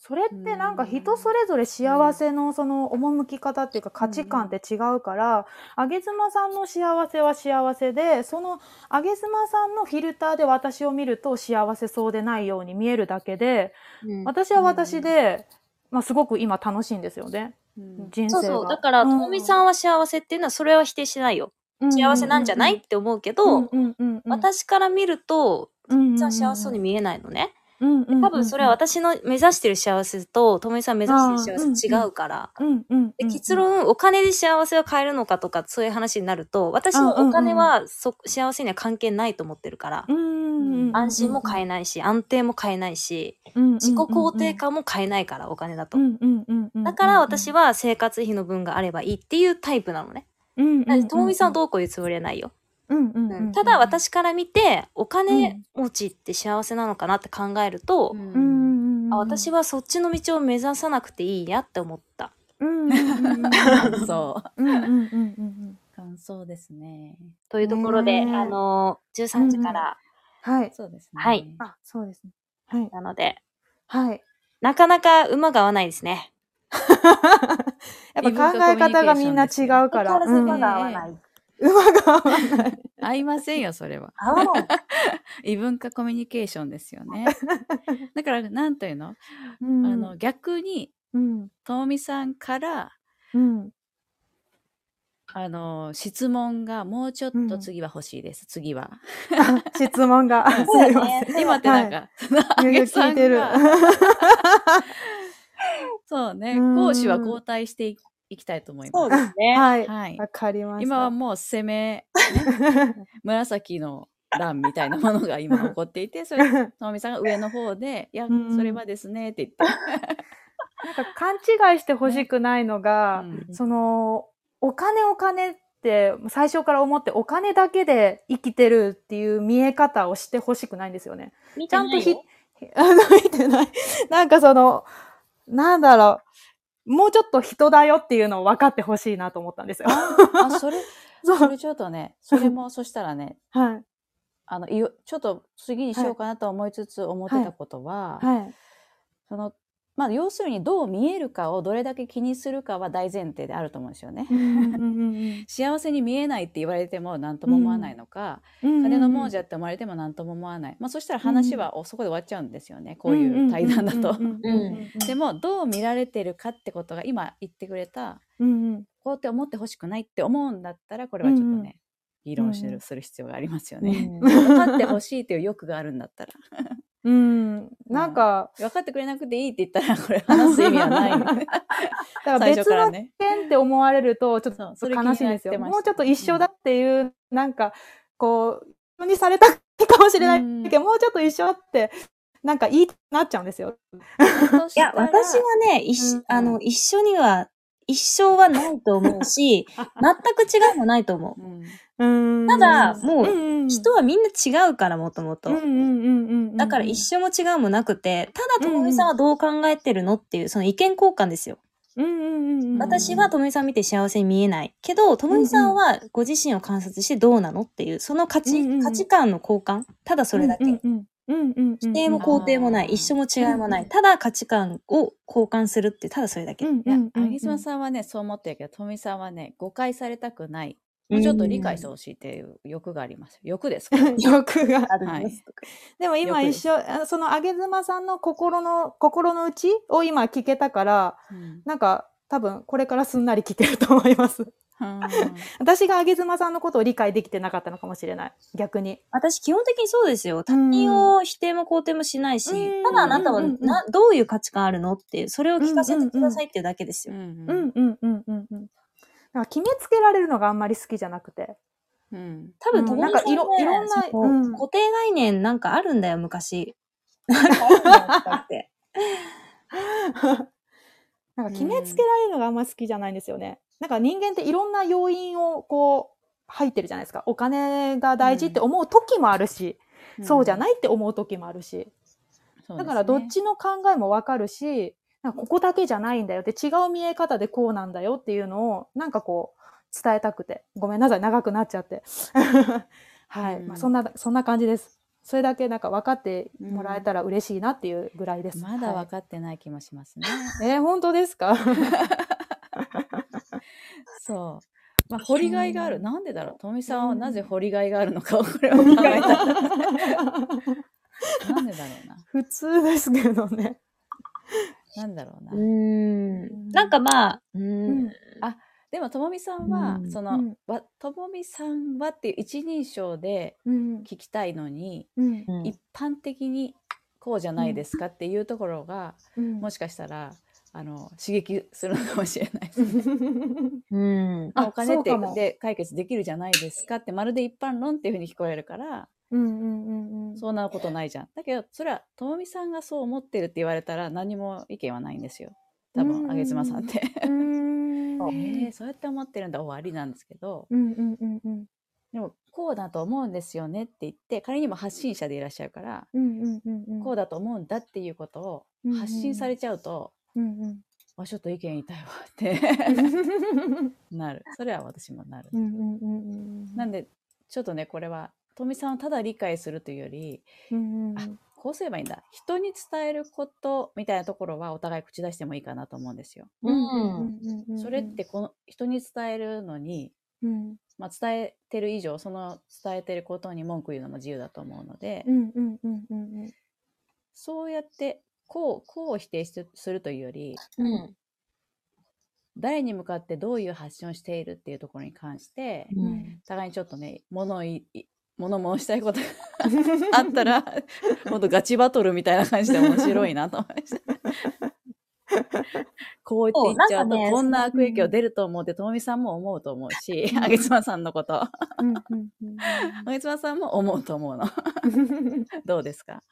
C: それってなんか人それぞれ幸せのその趣き方っていうか価値観って違うから、あげ妻さんの幸せは幸せで、そのあげ妻さんのフィルターで私を見ると幸せそうでないように見えるだけで、
B: うん
C: 私は私で、まあすごく今楽しいんですよね。
A: うん
C: 人生
B: そ
C: が。
B: うそう。だから、ともみさんは幸せっていうのは、それは否定しないよ。
C: うん
B: 幸せなんじゃないって思うけど、
C: うんうんうんうん、
B: 私から見ると、
C: うんうんうん
B: 実は幸せそうに見えないのね。
C: うんうんうんうん
B: 多分それは私の目指してる幸せと、ともいさん目指してる幸せ違うから。
C: うんうんうんう
B: で
C: ん
B: 結論、お金で幸せを変えるのかとか、そういう話になると、私もお金はそ、幸せには関係ないと思ってるから、
C: うんうんうん
B: 安心も変えないし、安定も変えないし、自己肯定感も変えないから、お金だと。だから私
C: は、
B: は生活費の分があればいいっていうタイプなのね。
C: うん
B: だからともみさんは
C: う
B: どうこう言うつもりはないよ。
C: んうん
B: うんただ、私から見て、お金持ちって幸せなのかなって考えると、
C: うんうんうん、
B: あ私
C: は、
B: はそっちの道を目指さなくていいやって思った。
C: うんうんうんうん、
A: 感想。
C: うんうんうんうん
A: 感想ですね。
B: というところで、
C: ねえ
B: あの、13時から
C: はい。
A: そうですね。
B: はい
C: あ、そうですね。はい。
B: なので、
C: はい。
B: なかなか馬が合わないですね。。
C: やっぱ考え方がみんな違うから。
A: 異文化コミュニケーションですよ馬
C: うん
A: が合わない
C: 馬が合わない。
A: 合いませんよ、それは。
B: 合わない。
A: 異文化コミュニケーションですよ ね。だから、なんというの、
C: うん
A: あの、逆に、
C: うん。
A: ともみさんから、
C: うん。
A: あの、質問がもうちょっ
C: うん
A: と次は欲しいです。次 は。
C: あ質問が。すいません。
A: 今ってなんか、あ
C: いろい
A: げ
C: ろ
A: さ
C: 聞
A: ん
C: いてる。
A: が、そうね、
C: うん
A: 講師は交代していいきたいと思い ま
B: そう
A: す。
B: ですね。
C: はい。
A: はい
C: わ。かりました。
A: 今はもう攻め、紫の欄みたいなものが今起こって いて、それ
C: なん
A: 直美さんが上の方で、いや
C: うん、
A: それはですね、って言って。
C: か勘違いしてほしくないのが、
A: うん
C: その、お金お金って、最初から思ってお金だけで生きてるっていう見え方をしてほしくないんですよね。
B: ち
C: ちゃんとひ、あの、見てない。なんかその、なんだろう、もうちょっと人だよっていうのを分かってほしいなと思ったんですよ。
A: あ、それ、
C: そ。
A: そうれちょっとね、それも、そしたらね、
C: はい。
A: あの、いよちょっと次にしようかなと思いつつ思ってたことは、
C: はい。
A: その、まあ、要するにどう見えるかをどれだけ気にするかは大前提であると思うんですよね。幸せに見えないって言われても何とも思わないのか、金の亡者って思われても何とも思わない。まあ、そしたら話はおそこで終わっちゃうんですよね。こういう対談だと。でも、どう見られてるかってことが今言ってくれた、
C: も、
A: こうって思ってほしくないって思うんだったら、これはちょっとね、議論して
C: うんうん
A: る、する必要がありますよ
B: う
A: ね。
B: ん
A: 分かってほしいという欲があるんだったら。
C: うん。なんか、
A: 分かってくれなくていいって言ったら、これ話す意味はない、 ね。
C: だから
A: 最初
C: 別
A: から
C: の
A: ね。
C: 点って思われると、ちょっ
A: そう
C: と
A: それ気に
C: 悲しいんです
A: な
C: よ。
A: ってました
C: もうちょっと一緒だっていう、なんか、こう、人にされたいかもしれないけど、もうちょっと一緒だって、なんかいいってなっちゃうんですよ。
B: いや、私はね、一
C: うん
B: 緒あの、一緒には、一生はないと思う し、全く違いもないと思う。
A: うん、
C: うん
B: ただ、もう、
C: う
B: 人はみんな違うから、もともと。
C: と
B: だから一緒も違うもなくて、ただともみさんはどう考えてるのっていう、その意見交換ですよ。
C: 緒
B: 私はともみさん見て幸せに見えない。けど、ともみさんはご自身を観察してどうなのっていう、その価値、
C: うんうん
B: 価値観の交換。ただそれだけ。否
C: 否
B: 定も肯定もな
A: う
B: い。
A: ん
B: 一緒も違いもな
C: う
B: い。
C: ん
B: ただ価値観を交換するって、ただそれだけ。
A: いや、あぎつまさんはね、そう思ってるけど、とみさんはね、誤解されたくない。もうちょっと理解してほしいっていう欲があります。欲です から。
C: 欲が
B: あるんですとか
C: でも今
A: 欲
C: 一緒あそのあげ妻さんの心の心の内を今聞けたから
A: うん
C: なんか多分これからすんなり聞けると思います 私があげ妻さんのことを理解できてなかったのかもしれない逆に
B: 私、基本的にそうですよ。他人を否定も肯定もしないし、
C: うん
B: ただあなたは
C: うん
B: な、どういう価値観あるのっていう、それを聞かせてくださいっていうだけです
A: う
B: よ。
A: んう
C: う
A: ん
C: んうんうんうんうんなんか決めつけられるのがあんまり好きじゃなくて
A: うん
B: 多分、
C: うん
B: 友達
C: なんかいろいろんなうん
B: 固定概念なんかあるんだよ、昔。なんかあるんだよとかって。
C: なんか決めつけられるのがあんま好きじゃないんですよね。なんか人間っていろんな要因をこう入ってるじゃないですか。お金が大事って思う時もあるし、そうじゃないって思う時もあるし、だからどっ、ちの考えもわかるし、なんかここだけじゃないんだよって違う見え方でこうなんだよっていうのをなんかこう伝えたくて。ごめんなさい、長くなっちゃって。 はい、
A: うん
C: まあそんな、そんな感じです。それだけなんか分かってもらえたら嬉しいなっていうぐらいです。
A: まだ
C: はい
A: 分かってない気もしますね。
C: えー本当ですか
A: そう。ま あ、掘りがいがある。なんでだろう。とみさんは
C: うん
A: なぜ掘りがいがあるのかをこれを考えたら。なんでだろうな。
C: 普通ですけどね。
A: なんだろうな
B: う。ん。なんかまあ、うん。
A: でも、ともみさんは、
B: うん
A: そうの
C: ん、
A: わともみさんはっていう一人称で
C: うん。
A: 聞きたいのに、
C: うん。
B: うん
A: 一般的にこうじゃないですかっていうところが、
C: うん
A: もしかしたらあの刺激するのかもしれないです。
B: うん。
A: お金っ
C: そうか
A: て
C: も
A: で解決できるじゃないですかってまるで一般論っていうふうに聞こえるから
C: うんうんうんうん。
A: そんなことないじゃん。だけどそれはともみさんがそう思ってるって言われたら何も意見はないんですよ。多
C: うん
A: 分あげつまさんって。
C: うーん。
A: そう えーそうやって思ってるんだ終わりなんですけど
C: うんうんうんうん。
A: でもこうだと思うんですよねって言って仮にも発信者でいらっしゃるから
C: うんうんうんうん。
A: こうだと思うんだっていうことを
C: うんうん
A: 発信されちゃうと、
C: うんうん。
A: あちょっと意見言いたいわって なるそれは私もなる、
C: うんうんうんうん。
A: なんでちょっとねこれはとみさんをただ理解するというより
C: うんうん
A: あこうすればいいんだ人に伝えることみたいなところはお互い口出してもいいかなと思うんですよ。
B: うん。
C: うん
A: それっ、てこの人に伝えるのに、
C: うん
A: まあ、伝えてる以上その伝えてることに文句言うのも自由だと思うので、
C: うんうんうんうんうん。
A: そうやってこうこうを否定してするというより
B: うん。
A: 誰に向かってどういう発信をしているっていうところに関して
B: うん。
A: 互いにちょっとね物をいい物申したい ことがあったら本当ガチバトルみたいな感じで面白いなと思いました。 こう言って言っちゃうと
B: そうなんかね
A: こんな悪影響出ると思うってともみさんも思うと思うしあげつまさんのことあ
C: うんうんうん
A: げつまさんも思うと思うの
C: うん
A: どうですか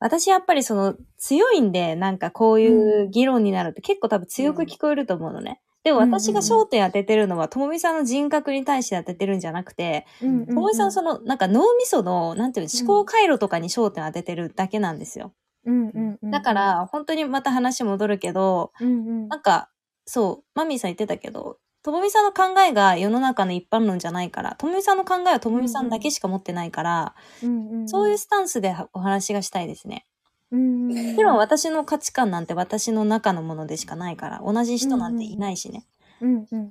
B: 私やっぱりその強いんで、なんかこういう議論になると結構多分強く聞こえると思うのね。でも私が焦点当ててるのは、ともみさんの人格に対して当ててるんじゃなくて、
C: うんう
B: ともみさんその、なんか脳みその、なんていうの、思考回路とかに焦点当ててるだけなんですよ。
C: うんうんうん
B: だか、ら、本当にまた話戻るけど、
C: うんうん
B: なんか、そう、マミーさん言ってたけど、ともみさんの考えが世の中の一般論じゃないから、ともみさんの考えはともみさんだけしか持ってないから、
C: うんうん、
B: そういうスタンスでお話がしたいですね。
C: うんうん、
B: もちろん私の価値観なんて私の中のものでしかないから、同じ人なんていないしね。
C: うんうんうん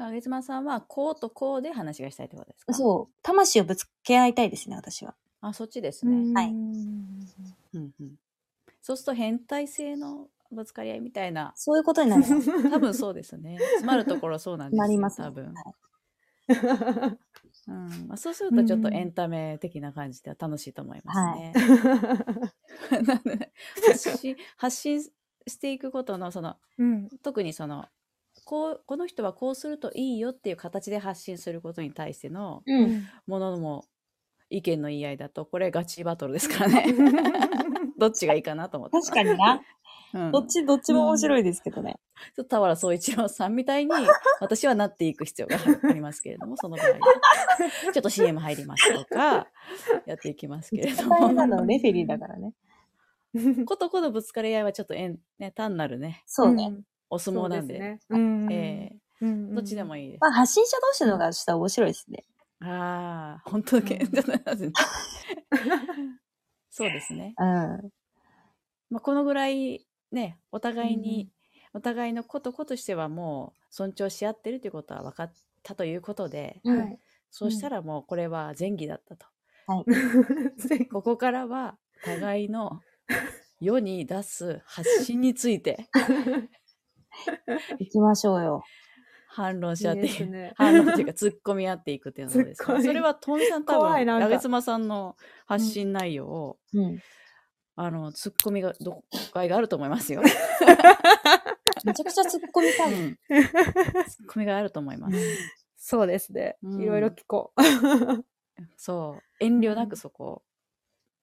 A: あげつまさんはこうとこうで話がしたいってことですかう
B: そう、魂をぶつけ合いたいですね、私は。
A: あそっちです
C: う
A: ね、
C: ん、
B: はい
A: うんうん、そうすると変態性のぶつかり合いみたいな
B: そういうことになります。
A: 多分そうですね。詰まるところそうなんですよ
B: なりますね
A: 多分、
B: はい
A: うんまあ、そうするとちょっとエンタメ的な感じでは楽しいと思いますね。なんでね発信 発信していくことのその
C: うん
A: 特にそのこうこの人はこうするといいよっていう形で発信することに対しての
B: う。
C: うんん
A: ものも意見の言い合いだとこれガチバトルですからね どっちがいいかなと思って。
B: 確かにな。
A: うん
B: どっち、どっちも面白いですけどね。
A: ちょっと田原総一郎さんみたい に私はなっていく必要がありますけれども、その場合は。ちょっと CM 入りますとか、やっていきますけれど
B: 大変な
A: も。
B: のはレフェリーだからね。
A: ことこのぶつかり合いはちょっとえん、ね、単なるね、
B: そうね。
A: お相撲なんで、
C: うんうん
A: え
C: うん
A: ーどっちでもいいです。
B: まあ、発信者同士の方がしたら面白いですね。
A: ああ、本当け、
C: うん
A: ちょっと待ってそうですね。
B: うん。
A: まあ、このぐらい、ね、お互いに、お互いのことことしてはもう尊重し合ってるということは分かったということで、
C: うん
B: は。
C: はいい
A: そうしたらもうこれは前儀だったと。
C: ぜ
A: ここからは互いの世に出す発信について
B: 行きましょうよ。
A: 反論し合ってい
C: いいです
A: く、
C: ね
A: 反論っていうか突っ込み合っていくっていうのはどうです
C: 突っ
A: か
C: 込み
A: それはトンさん多
C: 怖
A: 分
C: いなんか
A: ラゲツマさんの発信内容を、
B: うん。
A: あの突っ込みがどこかいがあると思いますよ、
B: めちゃくちゃ突っ込み
A: う
B: たい。
A: ん、突っ込みがあると思います、
C: そうですね、
A: うん
C: いろいろ聞こ
A: そう遠慮なくそこを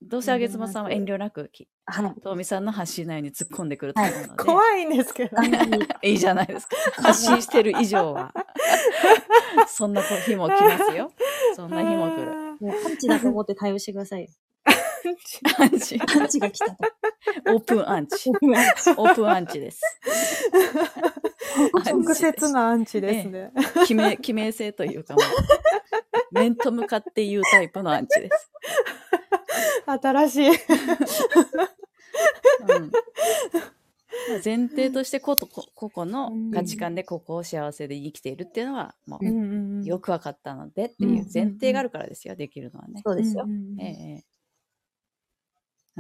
A: どうせあげつまさんは
B: 遠
A: 遠
B: 慮
A: 慮なくき
B: はい。
A: とうみさんの発信内容に突っ込んでくると思うの
C: う
A: で、
C: 怖いんですけど
B: ガンガンに
A: いいじゃないですか。発信してる以上 は。そんな日も来ますよ。そんな日も来る。
B: もうパンチだと思って対応してくだ さいよ。
A: アンチ。
B: パンチが来たと。
A: オープンアンチ。 オープンアンチです。
C: 直接なアンチですね、
A: 決め、決め性というかもう、面と向かって言うタイプのアンチです。
C: 新しい
A: うん前提として個と個個々の価値観でここを幸せで生きているっていうのはもうよ
C: よ
A: く分かったのでっていう前提があるからですよできるのはね。
B: そうですよ。
A: ええ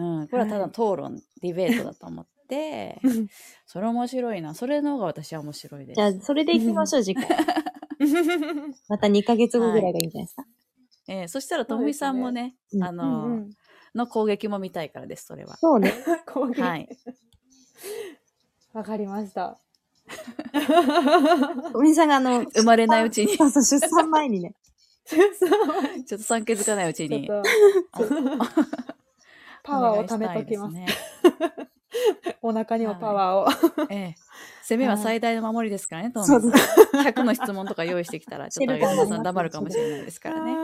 A: うん、これはただ討論、ディベートだと思 って、 それ面白いな。それの方が私は面白いです。
B: じゃあ、それで行きましょう、次回。また2ヶ月後ぐらいがいいんじゃないですか。
A: ええそしたら、ともみさんもね、
B: うん
A: あの、の攻撃も見たいからです、それは。
B: そうね。
C: 攻撃
A: はい。
C: わかり ました。
B: おみさんがあの、
A: 生まれないうちに、ち
B: そうそう出産前にね、
A: ょっと産気づかないうち
C: ちょっ
A: に。
C: とパワーを貯めときます。
A: お
C: お
A: 願いしたいで
C: 腹にもパワーを。
A: すね。ええ。攻めは最大の守りですからね、ト
B: そう
A: ミーさん。100の質問とか用意してきたら、ちょっと山田さん黙るかもしれないですからね。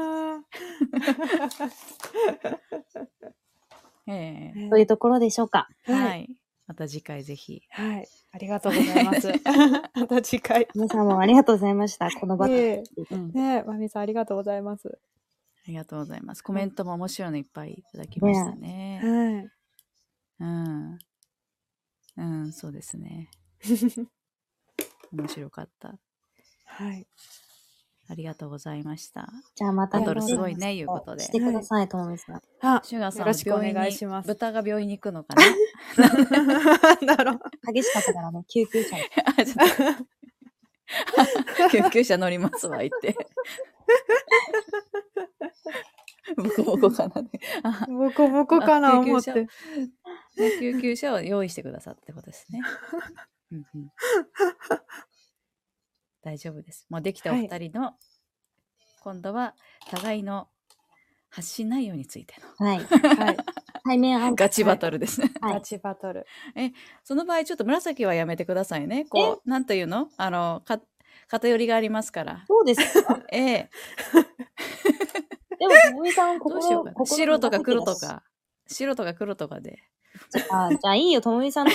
A: え
B: というところでしょうか。
A: え。
C: は。
A: はいい。また次回ぜひ。
C: はい。ありがとうござい ます。また次回。
B: 皆さんもありがとうございました。この場
C: ね
B: で。
C: え、
A: うん。
C: ねえ、まみさんありがとうございます。
A: ありがとうございます。コメントも面白いのいっぱいいただきましたね。
C: はい。
A: うん。うん、そうですね。面白かった。
C: はい。
A: ありがとうございました。
B: じゃあまた。
A: バトルすごいね、いうことで
B: し。てください、ともみさん。
C: あ、
A: シュガーさん、
C: よろしくお願いしま
A: 病院に
C: す
A: 豚が病院に行くの かな
C: なんだろう。
B: 激しかったからね、救急車で。
A: あちょっと救急車乗りますわ、言っ て。ボコボコかな、ねあ
C: ボコボコかな
A: あ
C: 思っ
A: 救
C: て
A: 急。救急車を用意してくださってことですね。うんうん大丈夫です。もうできたお二人の、今度は互いの発信内容について
B: はい。
C: はい。
B: 対面ア
A: の
B: ンケ
A: ガチバトルですね。
B: はい
C: ガチバトル。
A: その場合、ちょっと紫はやめてくださいね。こう、なんというのあの、か、偏りがあります から。
B: そうですか。
A: ええ、
B: でも、ともみさん、
A: ど
B: 心
A: うしようかな。
B: 心
A: 白とか黒と
B: 紫 だし
A: か、白とか黒とかで。
B: あじゃあいいよ、ともみさん。と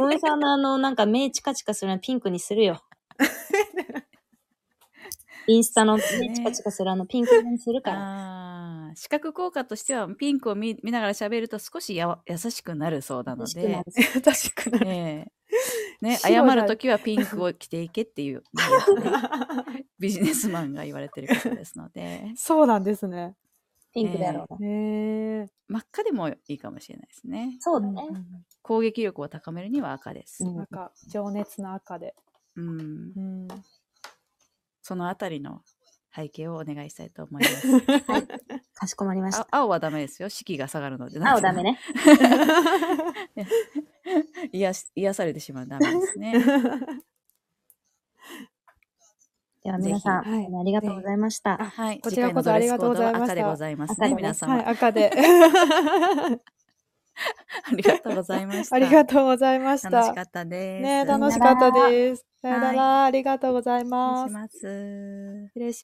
B: もみさんのあの、なんか目チカチカするのはピンクにするよ。インスタの目チカチカするあのピンク色にするから。
A: ああ、視覚効果としては、ピンクを見見ながら喋ると少しやわ優しくなるそうなの
B: 楽しくな
A: で
B: る、
C: 確かに。
A: ええ、ね、謝
C: 白だ
A: るときはピンクを着ていけって いう、ビジネスマンが言われてることですので、
C: そうなんですね。
B: ピンクだろうな。
C: ねえ。
A: 真っ赤でもいいかもしれないですね。
B: そうだ
C: う
B: ね。
A: 攻撃力を高めるには赤です。
B: うん
C: 赤、情熱の赤で。
A: うん
C: うん。
A: そのあたりの背景をお願いしたいと思います。
B: かしこまりまし
A: あ
B: た。
A: 青はダメですよ。士気が下がるので。
B: 青ダメ
A: ね。
B: ね。
A: 癒し癒されてしまうダメですね。
B: では皆さん、
C: ぜひはい
B: ありがとうございました。
A: はい。
C: こちらこそありがとうございました
A: 次回のドレスコードは赤でございますね。皆様、
B: 赤でね
C: はい、赤で。
A: ありがとうございました。
C: ありがとうございました。
A: 楽しかったです。
C: ねえ
B: さよなら
C: 楽しかったです。さよな
A: は
C: ら、ありがとうござい
A: 失礼
C: ま
A: し
C: す。
A: ます。
C: 失礼し